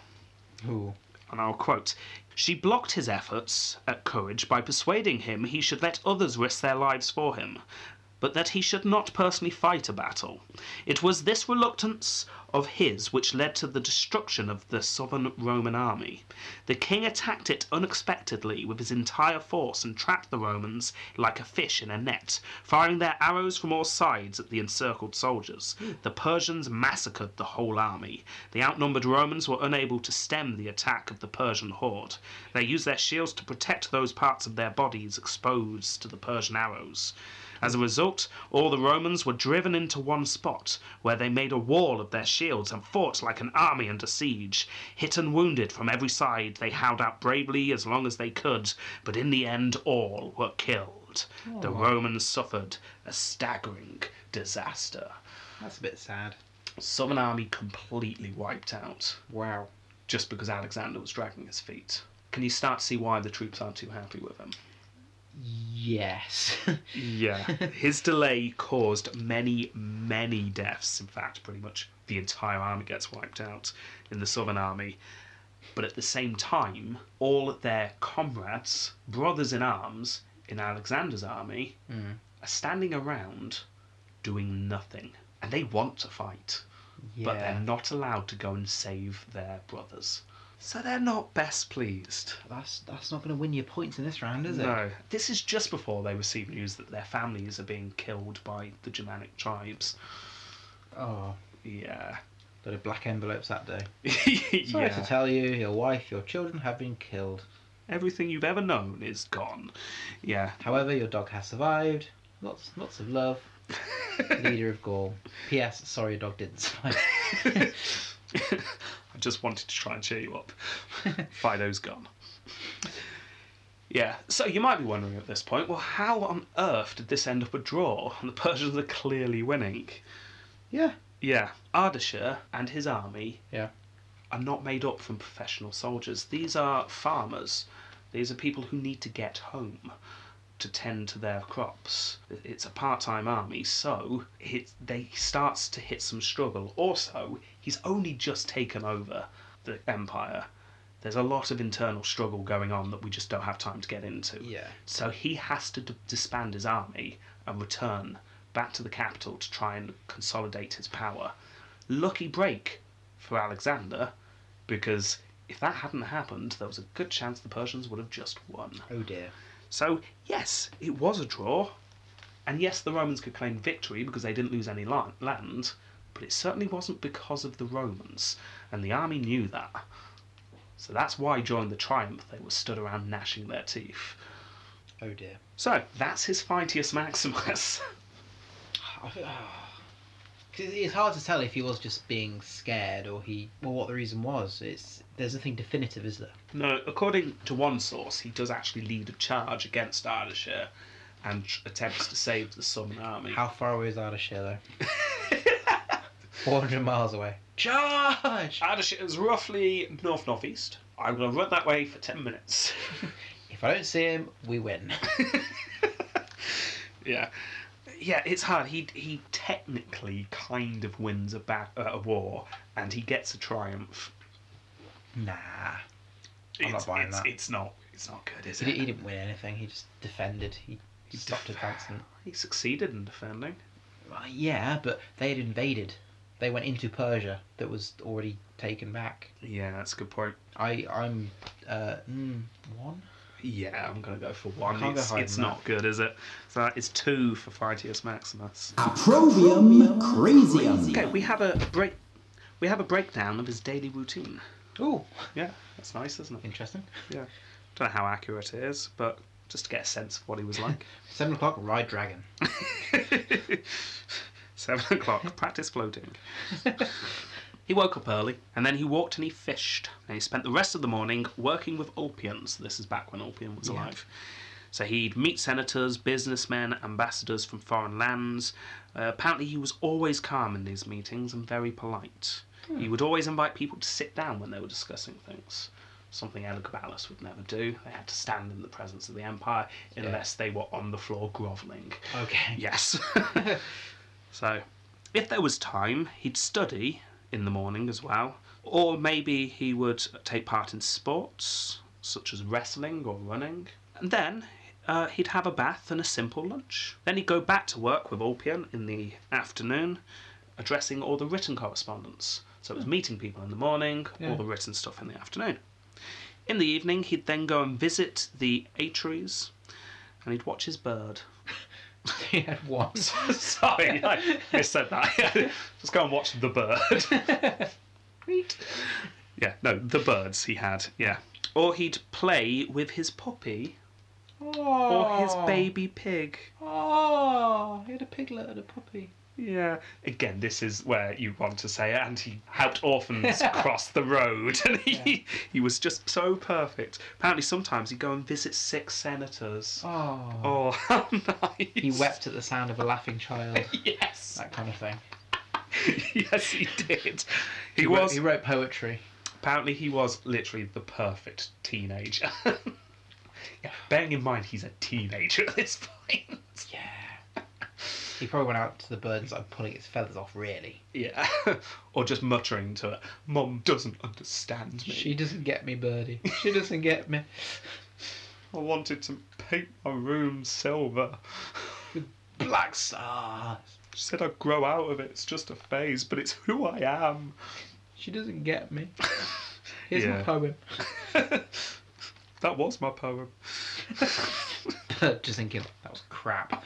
Ooh.
and I'll quote She blocked his efforts at courage by persuading him he should let others risk their lives for him, but that he should not personally fight a battle. It was this reluctance of his which led to the destruction of the southern Roman army. The king attacked it unexpectedly with his entire force and trapped the Romans like a fish in a net, firing their arrows from all sides at the encircled soldiers. The Persians massacred the whole army. The outnumbered Romans were unable to stem the attack of the Persian horde. They used their shields to protect those parts of their bodies exposed to the Persian arrows. As a result, all the Romans were driven into one spot, where they made a wall of their shields and fought like an army under siege. Hit and wounded from every side, they howled out bravely as long as they could, but in the end, all were killed. The Romans suffered a staggering disaster.
That's a bit sad.
Southern army completely wiped out
Wow.
just because Alexander was dragging his feet. Can you start to see why the troops aren't too happy with him?
Yes. <laughs>
Yeah. His delay caused many, many deaths. In fact, pretty much the entire army gets wiped out in the Southern Army. But at the same time, all their comrades, brothers in arms in Alexander's army, are standing around doing nothing. And they want to fight,
yeah.
but they're not allowed to go and save their brothers. So they're not best pleased.
that's that's not going to win you points in this round, is it?
No. This is just before they receive news that their families are being killed by the Germanic tribes.
Oh,
Yeah. <laughs>
lot of black envelopes that day. Sorry to
yeah.
tell you, your wife, your children have been killed.
Everything you've ever known is gone. Yeah.
However, your dog has survived. Lots, lots of
<laughs>
love. Leader of Gaul. P.S. Sorry, your dog didn't survive.
I just wanted to try and cheer
<laughs>
you up. Fido's gone. Yeah, so you might be wondering at this point, well, how on earth did this end up a draw? And the Persians are clearly winning.
yeah.
Yeah, Ardashir and his army
Yeah.
are not made up from professional soldiers. These are farmers. These are people who need to get home to tend to their crops. It's a part-time army, so it, they starts to hit some struggle. Also, he's only just taken over the empire. There's a lot of internal struggle going on that we just don't have time to get into.
Yeah.
So he has to d- disband his army and return back to the capital to try and consolidate his power. Lucky break for Alexander, because if that hadn't happened, there was a good chance the Persians would have just won.
Oh dear.
So, yes, it was a draw. And yes, the Romans could claim victory because they didn't lose any la- land, but it certainly wasn't because of the Romans, and the army knew that. So that's why during the triumph they were stood around gnashing their teeth.
Oh dear.
So that's his Fightius Maximus. <laughs>
I feel- ah. <sighs> 'Cause it's hard to tell if he was just being scared or he, or what the reason was. It's there's nothing definitive, is there?
no, according to one source, he does actually lead a charge against Ardashir and tr- attempts to save the Southern army.
How far away is Ardashir though?
<laughs>
Four hundred miles away. Charge!
Ardashir is roughly north northeast. I'm going to run that way for 10 minutes. <laughs>
If I don't see him, we win. <laughs>
yeah. Yeah, it's hard. He he technically kind of wins a, ba- uh, a war and he gets a triumph.
nah.
it's,
I'm not buying
it's,
that.
It's not. It's not good, is
He,
it?
di- he didn't win anything. He just defended. He, he stopped
def-
advancing.
He succeeded in defending.
Well, yeah, but they had invaded. They went into Persia that was already taken back.
Yeah, that's a good point.
I I'm uh, mm, one.
Yeah, I'm gonna go for one.
can't go
It's,
higher
it's
than
not good, is it? So that is two for Phytius Maximus.
Approbium Crazium.
Okay, we have a break. We have a breakdown of his daily routine.
Oh,
Yeah, that's nice, isn't it?
interesting.
Yeah. Don't know how accurate it is, but just to get a sense of what he was like.
Seven o'clock. Ride dragon.
<laughs> Seven o'clock. Practice floating. <laughs> He woke up early, and then he walked and he fished. And he spent the rest of the morning working with Ulpians. This is back when Ulpian was alive. So he'd meet senators, businessmen, ambassadors from foreign lands. Uh, apparently, he was always calm in these meetings and very polite. He would always invite people to sit down when they were discussing things. Something Elagabalus would never do. They had to stand in the presence of the empire unless they were on the floor grovelling.
<laughs> Okay.
Yes. <laughs> so, if there was time, he'd study in the morning as well, or maybe he would take part in sports such as wrestling or running, and then uh, he'd have a bath and a simple lunch. Then he'd go back to work with Ulpian in the afternoon, addressing all the written correspondence. So it was meeting people in the morning,
Yeah.
all the written stuff in the afternoon. In the evening, he'd then go and visit the Atrees, and he'd watch his bird.
he had one.
<laughs> Sorry, I missaid that. <laughs> Just go and watch The Bird.
<laughs> Sweet.
yeah, no, The Birds he had, yeah. Or he'd play with his puppy or
Oh,
his baby pig.
Oh, he had a piglet and a puppy.
Yeah. Again, this is where you want to say, and he helped
<laughs>
orphans cross the road. And he, he was just so perfect. Apparently, sometimes he'd go and visit six senators.
Oh.
Oh, <laughs> how nice.
He wept at the sound of a laughing child.
Yes.
that kind of thing.
<laughs> yes, he did. He,
wrote-
was.
He wrote poetry.
Apparently, he was literally the perfect teenager. <laughs> Yeah, bearing in mind he's a teenager at this point. <laughs>
Yeah. He probably went out to the bird and started pulling its feathers off, really.
Yeah. <laughs> or just muttering to her, Mom doesn't understand me.
She doesn't get me, birdie. She doesn't get me.
I wanted to paint my room silver. <laughs>
Black stars.
She said I'd grow out of it. It's just a phase, but it's who I am.
She doesn't get <laughs> me. Here's my
Yeah.
poem.
That was my poem.
<laughs> Just thinking, that was crap.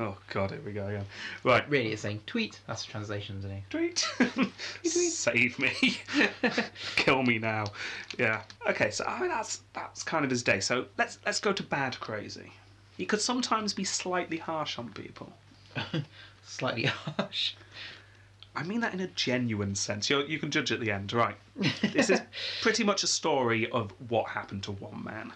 Oh god, here we go again. Right,
Really, it's saying tweet. That's the translation, isn't it?
<laughs> tweet. Save me. Kill me now. Yeah. Okay, so I mean that's that's kind of his day. So let's let's go to bad crazy. He could sometimes be slightly harsh on people.
Slightly <laughs> harsh.
I mean that in a genuine sense. you you can judge at the end, right? this is pretty much a story of what happened to one man.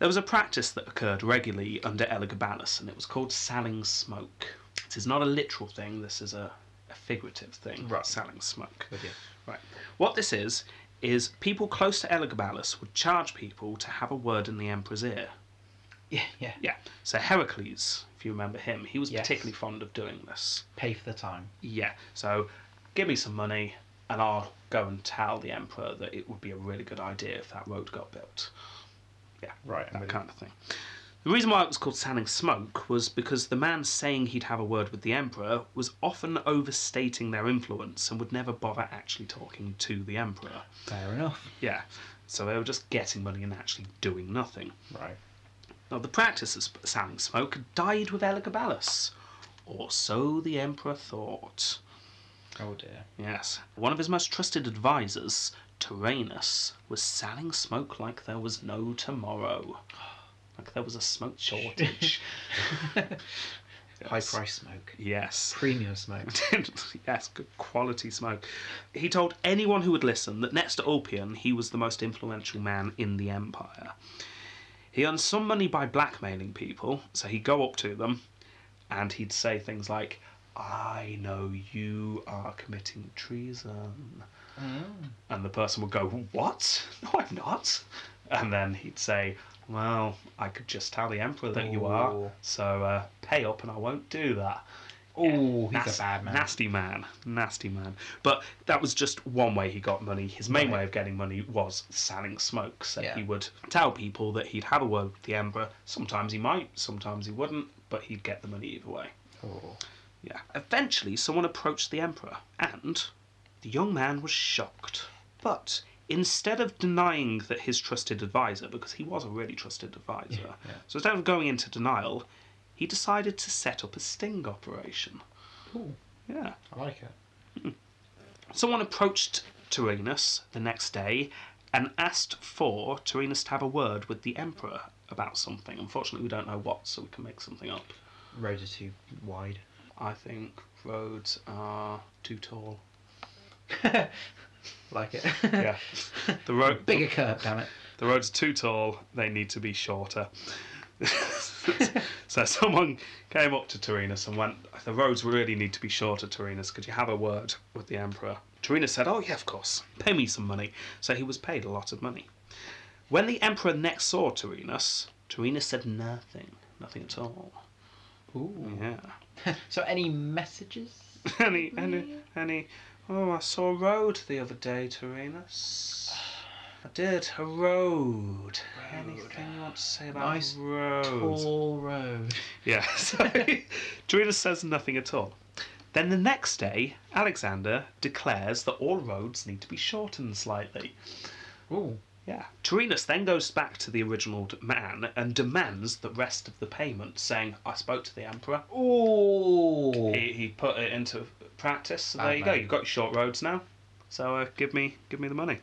There was a practice that occurred regularly under Elagabalus, and it was called selling smoke. This is not a literal thing. This is a, a figurative thing.
Right.
Selling smoke.
Good, yeah.
Right. What this is is people close to Elagabalus would charge people to have a word in the emperor's ear.
Yeah, yeah.
Yeah. So Heracles, if you remember him, he was
Yes.
particularly fond of doing this.
Pay for the time.
Yeah. So give me some money and I'll go and tell the emperor that it would be a really good idea if that road got built. Yeah.
Right, I'm
That
with you.
kind of thing. The reason why it was called Sanning Smoke was because the man saying he'd have a word with the emperor was often overstating their influence and would never bother actually talking to the emperor.
Fair enough.
Yeah. So they were just getting money and actually doing nothing.
Right.
Now, the practice of sp- selling smoke died with Elagabalus, or so the emperor thought.
Oh dear.
Yes. One of his most trusted advisors, Tyrannus, was selling smoke like there was no tomorrow. Like there was a smoke shortage.
<laughs> High price smoke.
Yes.
Premium smoke.
<laughs> yes, good quality smoke. He told anyone who would listen that next to Ulpian, he was the most influential man in the empire. He earned some money by blackmailing people, so he'd go up to them and he'd say things like, I know you are committing treason.
Mm.
And the person would go, What? No, I'm not. And then he'd say, Well, I could just tell the emperor that you
Ooh.
are, so uh, pay up and I won't do that.
Oh, he's
Nas-
a bad man.
Nasty man. Nasty man. But that was just one way he got money. His main
Right.
way of getting money was selling smoke. So
Yeah.
he would tell people that he'd have a word with the Emperor. Sometimes he might, sometimes he wouldn't, but he'd get the money either way.
Oh.
Yeah. Eventually, someone approached the Emperor, and the young man was shocked. But instead of denying that his trusted advisor, because he was a really trusted advisor,
yeah.
so instead of going into denial, he decided to set up a sting operation.
Ooh,
Yeah.
I like it.
Someone approached Tyrannus the next day and asked for Tyrannus to have a word with the Emperor about something. Unfortunately, we don't know what, so we can make something up.
Roads are too wide.
I think roads are too tall.
Like it.
Yeah. the, ro-
<laughs> Bigger curve, damn it.
the roads are too tall, they need to be shorter. <laughs> so someone came up to Tyrannus and went, The roads really need to be shorter, Tyrannus. Could you have a word with the Emperor? Tyrannus said, Oh, yeah, of course. Pay me some money. So he was paid a lot of money. When the Emperor next saw Tyrannus, Tyrannus said nothing. Nothing at all.
Ooh.
Yeah.
So, any messages?
Any, any, any. Oh, I saw a road the other day, Tyrannus. I did. A road. Anything you want to say about
Nice
roads?
All road.
Yeah, <laughs> so Tyrannus says nothing at all. Then the next day, Alexander declares that all roads need to be shortened slightly.
Ooh.
Yeah. Tyrannus then goes back to the original d- man and demands the rest of the payment, saying, I spoke to the emperor.
Ooh.
He, he put it into practice. So
Bad
there you go.
man.
You've got your short roads now. So uh, give me give me the money.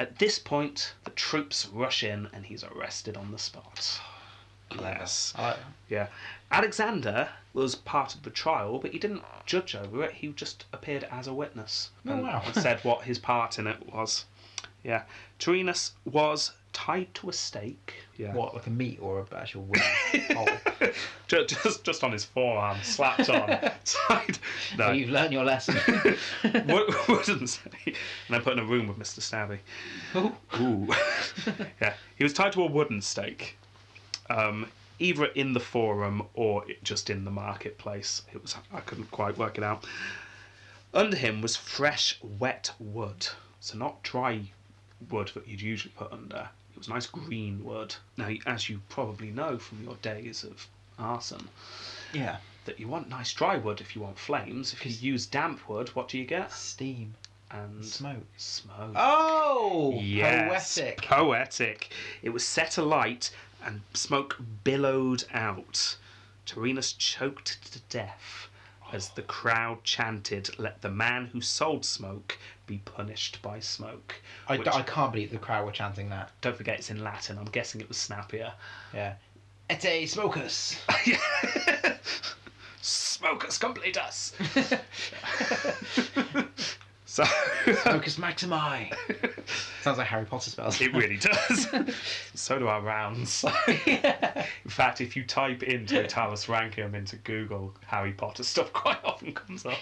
At this point, the troops rush in and he's arrested on the spot. Yes.
I like
Yeah. Alexander was part of the trial, but he didn't judge over it. He just appeared as a witness
Oh,
and,
wow.
and said what his part in it was. Yeah. Tyrannus was tied to a stake. Yeah.
What, like a meat or a actual <laughs> wing? Oh, hole?
Ju- <laughs> Just, just on his forearm, slapped on. tied.
So
No,
you've learned your <laughs> lesson.
<laughs> wo- wouldn't say. And I put in a room with Mr. Stabby.
Ooh.
Ooh. <laughs> yeah, he was tied to a wooden stake, um, either in the forum or it- just in the marketplace. It was I couldn't quite work it out. Under him was fresh, wet wood, so not dry wood that you'd usually put under. It was nice green wood. Now, as you probably know from your days of arson,
yeah.
that you want nice dry wood if you want flames. If you use damp wood, what do you get?
Steam.
And
Smoke.
smoke.
Oh!
Yes,
Poetic.
Poetic. It was set alight and smoke billowed out. Tyrannus choked to death as the crowd chanted, Let the man who sold smoke be punished by smoke.
I,
Which-
I can't believe the crowd were chanting that.
don't forget it's in Latin. I'm guessing it
<laughs>
was snappier.
Yeah. Ete
<laughs>
smokers.
Smoke us, complete
<laughs>
us! <laughs> so.
Smokers maximi.
<laughs>
Sounds like Harry Potter spells. <laughs>
It really does. <laughs> so do our rounds. <laughs> in fact, if you type in
<laughs>
Totalis Rankium into Google, Harry Potter stuff <laughs> quite often
<laughs>
comes up.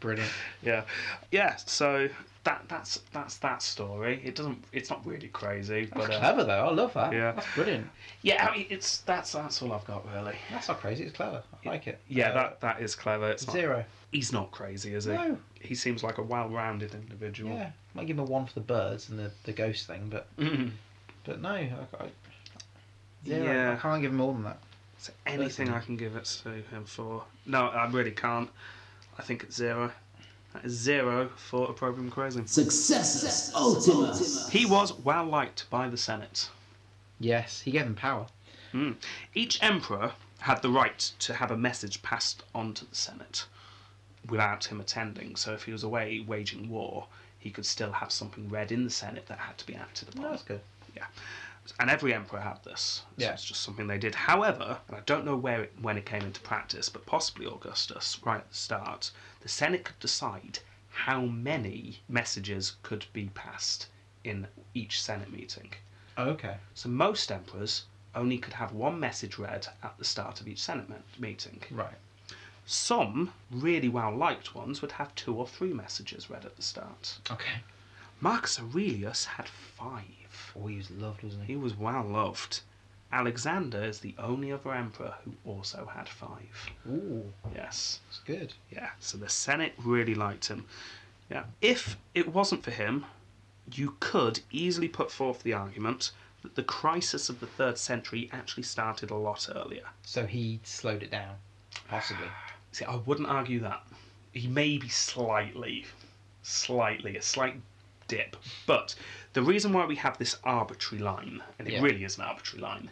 Brilliant.
yeah, yeah. So that that's that's that story. It doesn't. It's not really crazy, but uh,
Clever though, I love that.
Yeah.
That's brilliant.
yeah, I mean, it's that's that's all I've got really.
That's not crazy, it's clever. I like it.
Yeah,
Uh,
that that is clever. It's not,
Zero.
he's not crazy, is he?
No.
He seems like a well-rounded individual.
Yeah. Might give him a one for the birds and the, the ghost thing, but
Mm.
but no, I, I, zero.
Yeah.
I can't give him more than that.
Is there anything I can give it to him for? No, I really can't. I think it's zero. That is zero for opprobrium crazing.
Successus Ultimus.
He was well liked by the Senate.
Yes, he gave him power.
Each emperor had the right to have a message passed on to the Senate without him attending. So if he was away waging war, he could still have something read in the Senate that had to be acted upon.
No, Oh, that's good.
and every emperor had this. So
Yeah.
it's just something they did. However, and I don't know where it, when it came into practice, but possibly Augustus, right at the start, the Senate could decide how many messages could be passed in each Senate meeting.
Oh, okay.
So most emperors only could have one message read at the start of each Senate me- meeting.
Right.
Some really well liked ones would have two or three messages read at the start.
Okay.
Marcus Aurelius had five.
Oh, he was loved, wasn't he?
He was well loved. Alexander is the only other emperor who also had five.
Ooh,
Yes.
that's good.
Yeah. So the Senate really liked him. Yeah. If it wasn't for him, you could easily put forth the argument that the crisis of the third century actually started a lot earlier.
So he slowed it down, possibly.
See, I wouldn't argue that. He may be slightly, slightly, a slight dip. But the reason why we have this arbitrary line, and it
Yeah.
really is an arbitrary line,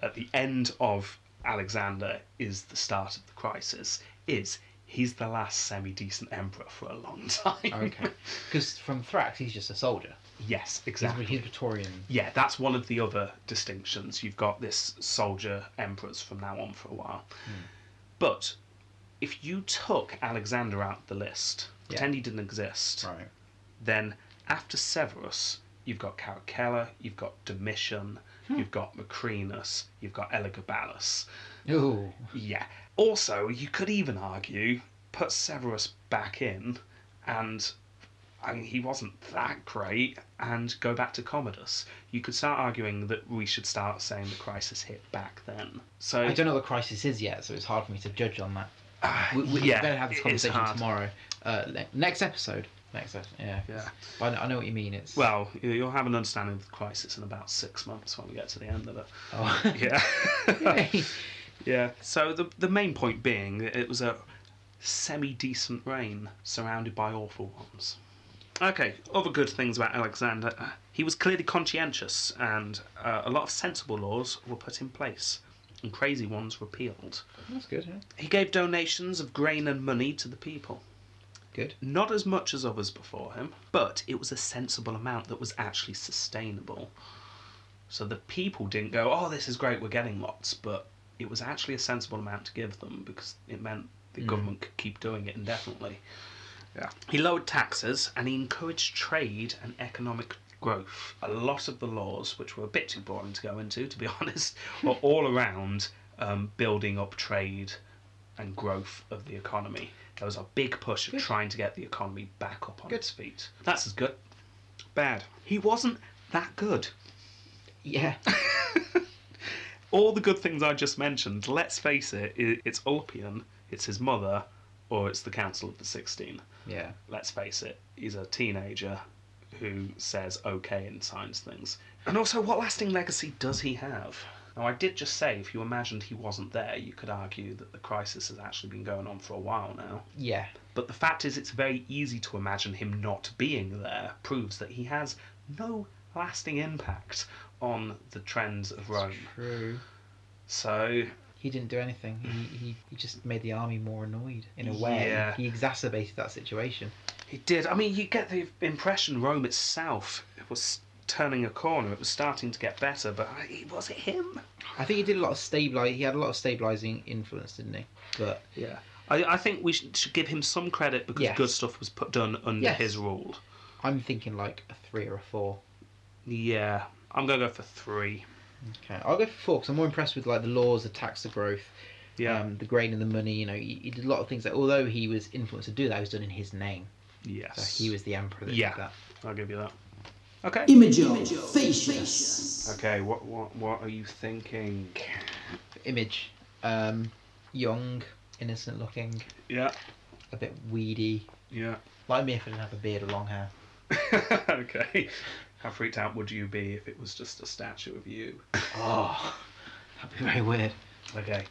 at the end of Alexander is the start of the crisis, is he's the last semi decent emperor for a long <laughs> time.
Okay. <laughs> Because from Thrax, he's just a soldier.
yes,
He's,
exactly.
he's Praetorian.
Yeah, that's one of the other distinctions. You've got this soldier emperors from now on for a while.
Hmm.
But if you took Alexander out of the list,
Yeah.
pretend he didn't exist,
Right.
then after Severus, you've got Caracalla, you've got Domitian,
Hmm.
you've got Macrinus, you've got Elagabalus.
Ooh.
Yeah. Also, you could even argue put Severus back in, and I mean, he wasn't that great, and go back to Commodus. You could start arguing that we should start saying the crisis hit back then. So
I don't know what the crisis is yet, so it's hard for me to judge on that.
Ah,
We, we
yeah,
better have this
it is
conversation
hard.
tomorrow. Uh, ne- next episode. Next episode. Yeah. 'cause-
Yeah.
But I know, I know what you mean. It's
Well, you- you'll have an understanding of the crisis in about six months when we get to the end of
<laughs>
it.
Oh. <laughs>
Yeah.
Yay.
yeah. So the the main point being, that it was a semi decent reign surrounded by awful ones. Okay, other good things about Alexander. uh, He was clearly conscientious, and uh, a lot of sensible laws were put in place, and crazy ones repealed.
That's good. Yeah.
He gave donations of grain and money to the people.
Good.
Not as much as others before him, but it was a sensible amount that was actually sustainable. So the people didn't go, oh, this is great, we're getting lots, but it was actually a sensible amount to give them because it meant the government could keep doing it indefinitely. Yeah. He lowered taxes and he encouraged trade and economic growth, a lot of the laws, which were a bit too boring to go into, to be <laughs> honest, were all around um, building up trade and growth of the economy. There was a big push of trying to get the economy back up on
Good.
its feet. That's as good. Bad. He wasn't that good. <laughs>
Yeah.
All the good things I just mentioned, let's face it, i- it's Ulpian, it's his mother, or it's the Council of the Sixteen.
Yeah.
let's face it, he's a teenager who says okay and signs things. And also, what lasting legacy does he have? Now, I did just say if you imagined he wasn't there, you could argue that the crisis has actually been going on for a while now.
Yeah.
But the fact is, it's very easy to imagine him not being there, proves that he has no lasting impact on the trends of Rome.
True.
So,
He didn't do anything. He, he, he just made the army more annoyed in a way.
Yeah.
He exacerbated that situation.
He did. I mean, you get the impression Rome itself was turning a corner. It was starting to get better, but I- was it him?
I think he did a lot of stabilize. He had a lot of stabilizing influence, didn't he? But
Yeah. I, I think we should, should give him some credit because
Yes.
good stuff was put done under
Yes.
his rule.
I'm thinking like a three or a four.
Yeah. I'm gonna go for three.
Okay, I'll go for four because I'm more impressed with like the laws, the tax, the growth,
Yeah.
um, the grain and the money. You know, he, he did a lot of things that, although he was influenced to do that, it was done in his name. So
yes.
he was the emperor. That
Yeah.
Did that.
I'll give you that. Okay.
Imago facius.
Okay. What what what are you thinking?
Image, um, young, innocent looking,
Yeah.
a bit weedy.
Yeah. <laughs>
Like me if I didn't have a beard or long hair.
okay. How freaked out would you be if it was just a statue of you?
Oh, that'd be very weird.
Okay.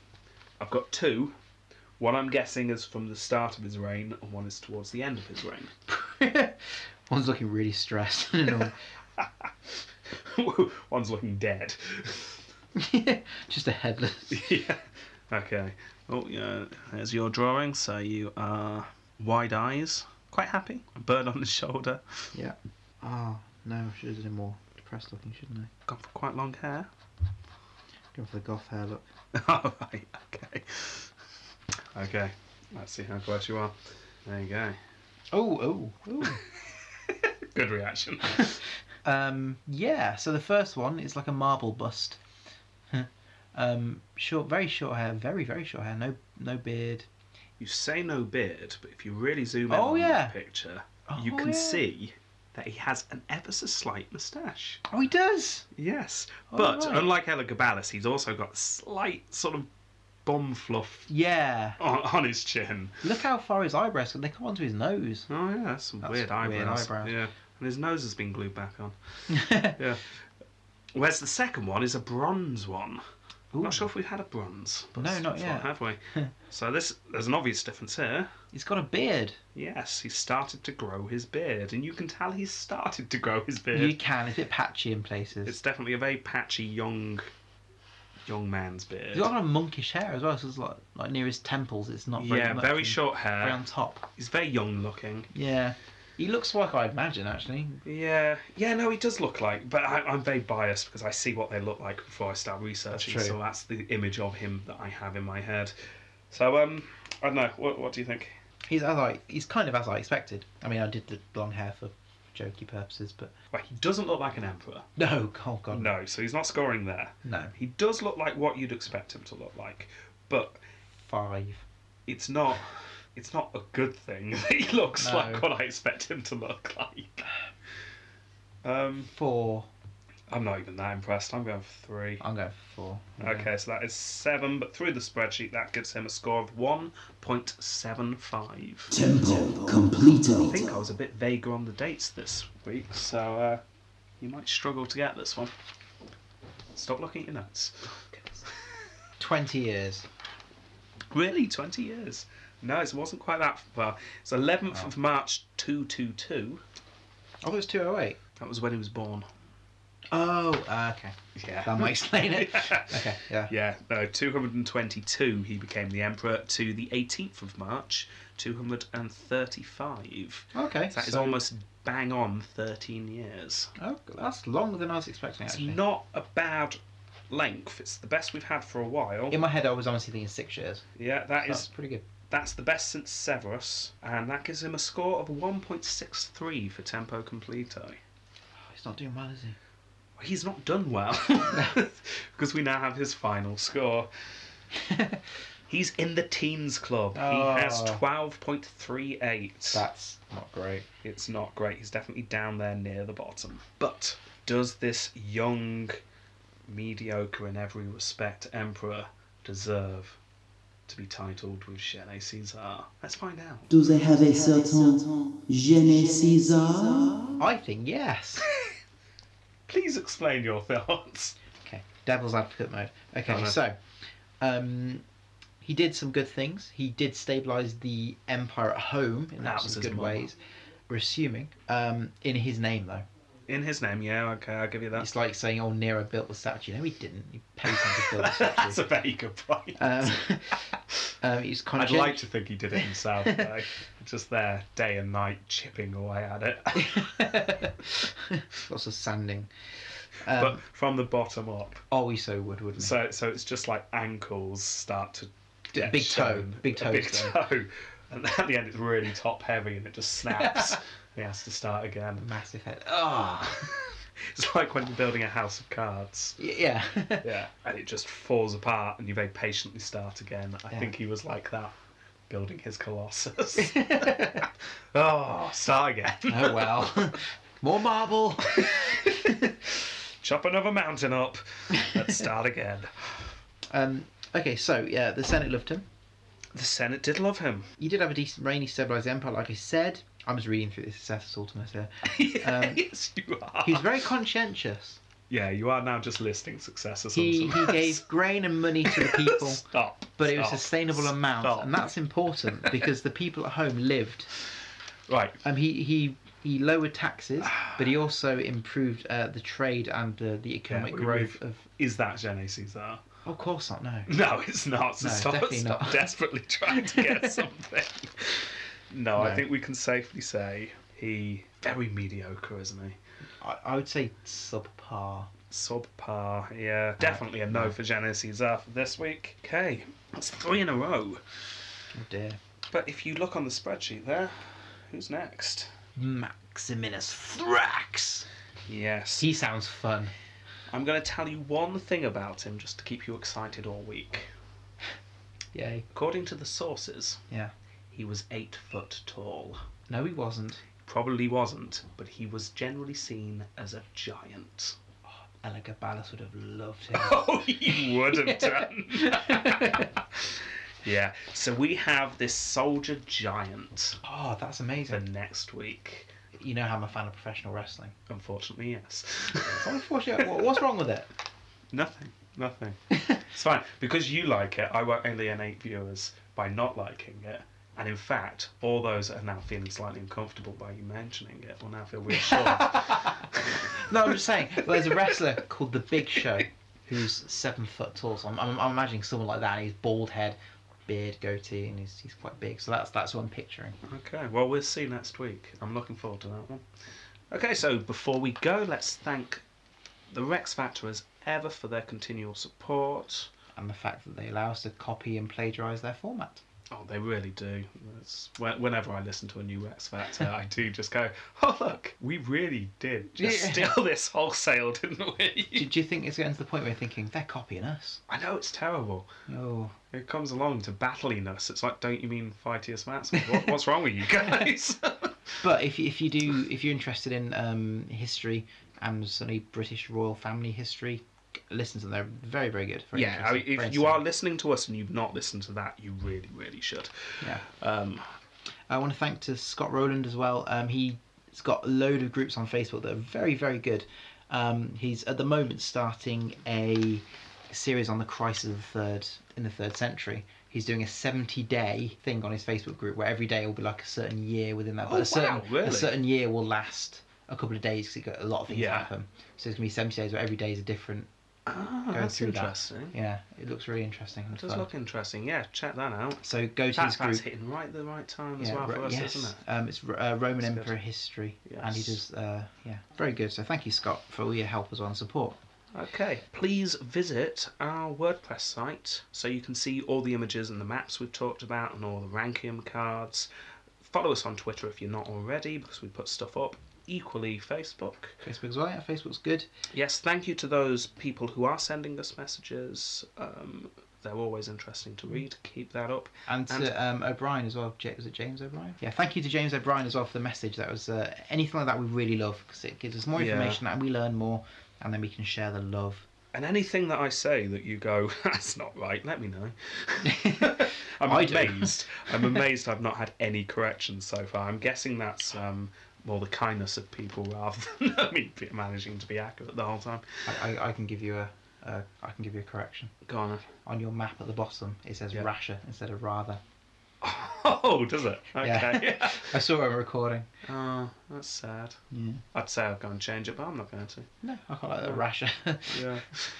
I've got two. One I'm guessing is from the start of his reign, and one is towards the end of his reign.
One's looking really stressed. <laughs> you know.
<laughs> One's looking dead. <laughs>
Just a headless.
yeah. Okay. Oh, yeah. There's your drawing. So you are wide eyes, quite happy, a bird on his shoulder.
Yeah. Oh, no, I should have done more depressed looking, shouldn't I?
Gone for quite long hair.
Go for the goth hair look.
<laughs> All right. Okay. Okay. Let's see how close you are. There you go.
Oh, oh,
<laughs>
oh.
Good <laughs> reaction.
Um, yeah, so the first one is like a marble bust. <laughs> um, short, very short hair, very very short hair, no no beard.
You say no beard, but if you really zoom in
Oh,
on
yeah.
the picture,
Oh,
you can
yeah.
see that he has an ever so slight moustache.
Oh, he does.
Yes,
Oh,
but
right.
unlike Elagabalus, he's also got slight sort of bomb fluff
Yeah.
on, on his chin.
Look how far his eyebrows go. They come onto his
<laughs>
nose.
Oh yeah, that's some
That's
weird
weird
eyebrows.
eyebrows.
Yeah, and his nose has been glued back on. Yeah. Whereas the second one is a bronze one. I'm
Ooh.
not sure if we've had a bronze. but
No, not
so
yet.
far, Have
<laughs>
we? so this there's an obvious difference here.
He's got a beard.
Yes, he started to grow his beard, and you can tell he's started to grow his beard.
You can. It's a bit patchy in places.
It's definitely a very patchy young, young man's beard.
He's got a lot of monkish hair as well. So it's like like near his temples. It's not very
yeah,
much
very
and
short hair.
Around top.
He's very young looking.
Yeah. He looks like I imagine actually.
Yeah, yeah, no, he does look like, but I, I'm very biased because I see what they look like before I start researching.
That's true.
so that's the image of him that I have in my head. So um, I don't know. What what do you think?
He's as I. He's kind of as I expected. I mean, I did the long hair for jokey purposes, but <laughs>
Well, he doesn't look like an emperor.
no. Oh God.
No, so he's not scoring there.
No.
He does look like what you'd expect him to look like, but
Five.
it's not it's not a good thing <laughs> that he looks
No.
like what I expect him to look like. Um,
Four.
I'm not even that impressed. I'm going for three.
I'm going for four.
Okay, so that is seven, but through the spreadsheet, that gives him a score of 1.75.
Tempo
I think I
completo.
was a bit vaguer on the dates this week, so uh, you might struggle to get this one. Stop looking at your notes.
Twenty years.
Really, 20 years? No, it wasn't quite that far. It's 11th of March 222.
Oh, it was two oh eight.
That was when he was born.
Oh, uh, okay.
Yeah.
That might explain it. Okay. Yeah.
<laughs> Yeah, no, 222 he became the emperor to the 18th of March, 235.
Okay.
That is
so-
almost bang on 13 years.
Oh, that's longer than I was expecting.
It's
Actually.
not a bad length. It's the best we've had for a while.
In my head, I was honestly thinking six years.
Yeah, that
That's
is
pretty good.
that's the best since Severus, and that gives him a score of 1.63 for tempo completo.
Oh, he's He's not doing well, is he?
He's not done well <laughs> because we now have his final score. He's in the teens club.
Oh.
He has 12.38.
<laughs> That's not great.
It's not great. He's definitely down there near the bottom. But does this young, mediocre in every respect emperor deserve to be titled with Shelley Caesar? Let's find out.
Do they have a certain Gene Caesar?
I think yes.
Please explain your <laughs> thoughts.
Okay, devil's advocate mode. Okay,
Oh, no.
so um, he did some good things. He did stabilize the empire at home in
That
that
was
some
his
good
motto.
ways. We're assuming um, in his name though.
In his name, yeah, okay, I'll give you that. <laughs>
It's like saying, "Oh, Nero built the statue." No, he didn't. He paid him to build the
<laughs> That's
statue.
a very good point.
um, <laughs> um, he's
I'd
conscientious.
like to think he did it himself, though. Just there, day and night, chipping away at it.
<laughs> Um, Lots of sanding.
but
Um,
from the bottom up.
oh, he so would, wouldn't he?
So so it's just like ankles start to get
big
shown.
toe, big
A big
toes,
toe, and at the end it's really top heavy and it just
<laughs>
snaps. and he has to start again.
Massive head. Ah,
It's like when you're building a house of cards.
Y- yeah. <laughs>
Yeah, and it just falls apart, and you very patiently start again. I
Yeah.
think he was like that, building
<laughs>
his colossus. <laughs> oh, start again.
oh well. <laughs> More marble. <laughs>
Chop another mountain up. Let's start again.
Um, okay, so yeah, the Senate loved him.
The Senate did love him.
He did have a decent reign. He stabilised the empire, like I said. I'm just reading through this Cecil Ultimus <laughs> here. <laughs> Um,
<laughs> yes, you are.
He was very conscientious.
Yeah, you are now just listing successes.
He
on
he
some-
gave grain and money to the people, <laughs>
<laughs> Stop.
but it was
stop,
sustainable amounts,
stop.
and that's <laughs> important because the people at home lived.
right.
Um, he he he lowered taxes, but <sighs> he also improved uh, the trade and the, the economic
we-
growth
we've-
of.
Is that Gene Caesar?
Oh, of course not. <laughs> No.
<laughs> No, it's not. So
No,
stop,
definitely
stop
not.
desperately trying to get
<laughs>
something. No, I
No.
think we can safely say he very mediocre, isn't he?
I, I would say subpar. Oh
Subpar. Yeah, definitely a no for Gene Caesar for this week. Okay, that's three in a row.
Oh dear.
But if you look on the spreadsheet there, who's next?
Maximinus Thrax.
Yes,
He sounds fun.
I'm going to tell you one thing about him just to keep you excited all week.
Yay.
According to the sources,
Yeah.
he was eight foot tall.
No, he wasn't.
Probably wasn't, but he was generally seen as a
<laughs>
giant.
Elagabalus would have loved him.
Oh, he <laughs> would have done. yeah. So we have this soldier giant
<laughs> oh, that's
for
amazing.
next week.
You know how I'm a fan of professional wrestling.
Unfortunately, yes. <laughs>
Unfortunately, what- what's wrong with it?
nothing.
<laughs>
Nothing. It's fine because you like it. I won't alienate viewers by not liking it. And in fact, all those that are now feeling slightly uncomfortable by you mentioning it will now feel reassured.
No, I'm just saying. There's a wrestler called The Big Show who's seven foot tall. So I'm, I'm, I'm imagining someone like that. And he's bald head, beard, goatee, and he's, he's quite big. So that's that's what I'm picturing.
Okay, well, we'll see next week. I'm looking forward to that one. Okay, so before we go, let's thank the Rex Factor as ever for their continual support.
And the fact that they allow us to copy and plagiarise their format.
Oh, they really do. It's, whe- whenever I listen to a new Rex Factor, I do just go, oh, look, we really did just
Yeah.
steal this wholesale, didn't
Do,
<laughs> we?
do you think it's getting to the point where you're thinking they're copying us?
I know it's terrible.
Oh,
It comes along to battliness. It's like, don't you mean Fightius Mats? <laughs> What, what's wrong with you guys?
But if you- if you do if you're interested in um, history and certainly British royal family history, listen to them. They're very very good. Very
<laughs> yeah, I mean,
interesting, very
if you are
interesting.
listening to us and you've not listened to that, you really, really should.
yeah,
Um,
I want to thank to Scott Rowland as well. Um, he's got a load of groups on Facebook that are very very good. Um, he's at the moment starting a series on the crisis of the third in the third century. He's doing a seventy-day thing on his Facebook group where every day will be like a certain year within that.
Oh,
But a certain
wow, really?
a certain year will last a couple of days because a lot of things
Yeah.
happen. So it's gonna be seventy days where every day is a different.
Ah,
Going
that's
through that.
interesting.
Yeah, it looks really interesting. and
It does
fun.
look interesting. Yeah, check that out.
So go to
That,
his group.
that's hitting right at the right time as well
Ro-
for us,
yes.
isn't it?
Um, it's Ro- uh, Roman
That's good.
Emperor history, and he
Yes.
does. Uh, yeah, very good. So thank you, Scott, for all your help as well and support.
Okay. Please visit our WordPress site so you can see all the images and the maps we've talked about and all the Rankium cards. Follow us on Twitter if you're not already because we put stuff up. equally Facebook.
Facebook's right. Facebook's good.
Yes, thank you to those people who are sending us messages. Um, they're always interesting to read. Keep that up.
And
And-
to um, O'Brien as well. Ja- Was it James O'Brien? Yeah. Thank you to James O'Brien as well for the message. That was uh, anything like that we really love because it gives us more
Yeah.
information and we learn more, and then we can share the love.
And anything that I say that you go, <laughs> that's not right, let
<laughs>
me know. I'm
I do.
amazed.
<laughs>
I'm amazed I've not had any corrections so far. I'm guessing that's um, more the kindness of people rather <laughs> than me be- managing to be accurate the whole time.
I, I, I can give you a, a I can give you a correction
Go on. <laughs>
on your map at the bottom. It says
Yeah.
Rasher instead of Rather.
Oh, does it?
<laughs>
Okay. <laughs>
I saw it on recording.
oh, that's sad.
Yeah.
I'd say I'll go and change it, but I'm not going to.
No, I can't like that Rasher. <laughs>
yeah.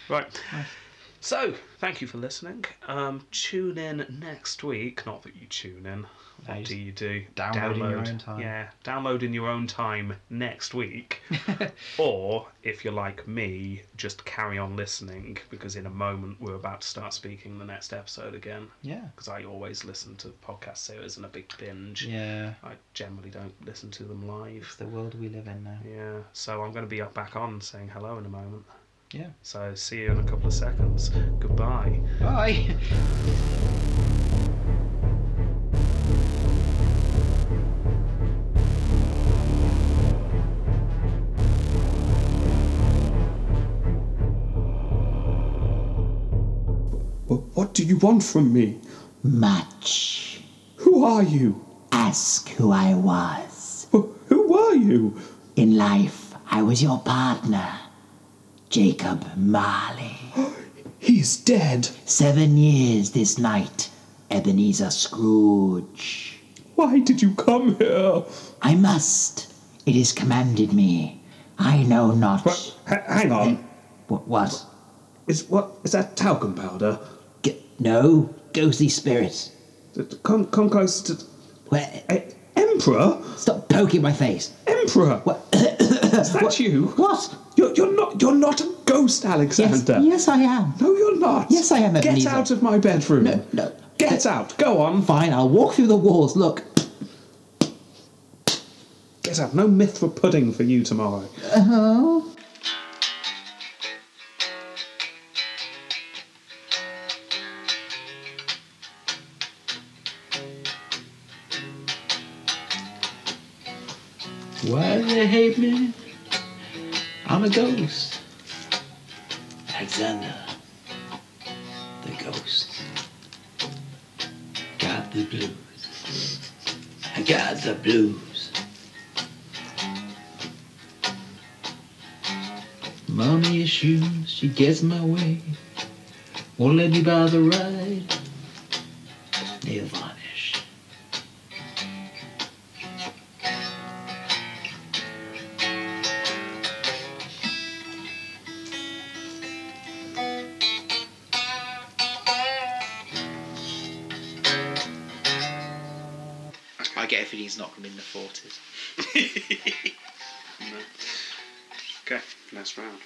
Right. So, thank you for listening. Um, tune in next week. Not that you tune in. What
you
do you do?
download in your own time.
Yeah, download in your own time next week.
<laughs>
or, if you're like me, just carry on listening because in a moment we're about to start speaking the next episode again.
yeah.
Because I always listen to podcast series in a big binge.
Yeah.
I generally don't listen to them
It's
live.
the world we live in now.
Yeah, so I'm going to be up back on saying hello in a moment.
Yeah.
So see you in a couple of seconds. Goodbye.
Bye. <laughs>
Wh- What do you want from me?
Much.
Who are you?
Ask who I was.
Wh- Who were you?
In life, I was your partner, Jacob Marley.
He's dead.
Seven years this night, Ebenezer Scrooge.
Why did you come here?
I must. It is commanded me. I know not.
What? Ha- hang on.
What? what?
Is what is that talcum powder?
G- no, ghostly spirit.
D- d- Come, come close to
Where?
e- Emperor.
Stop poking my face.
Emperor.
What?
<coughs> Is that you?
What?
You're, you're not. You're not a ghost,
Yes,
Alexander.
yes, I am.
No, you're not.
Yes, I am,
Get
Ebenezer.
out of my bedroom.
No, no.
Get out. Go on.
Fine, I'll walk through the walls. Look.
Get out. No mithra pudding for you tomorrow.
Oh.
Why do they hate me? I'm a ghost.
Alexander, the ghost, got the blues. I got the blues. Mommy assumes she gets my way, won't let me bother ride. They vanish.
I get if he's not going to be in the forties.
Okay, last round.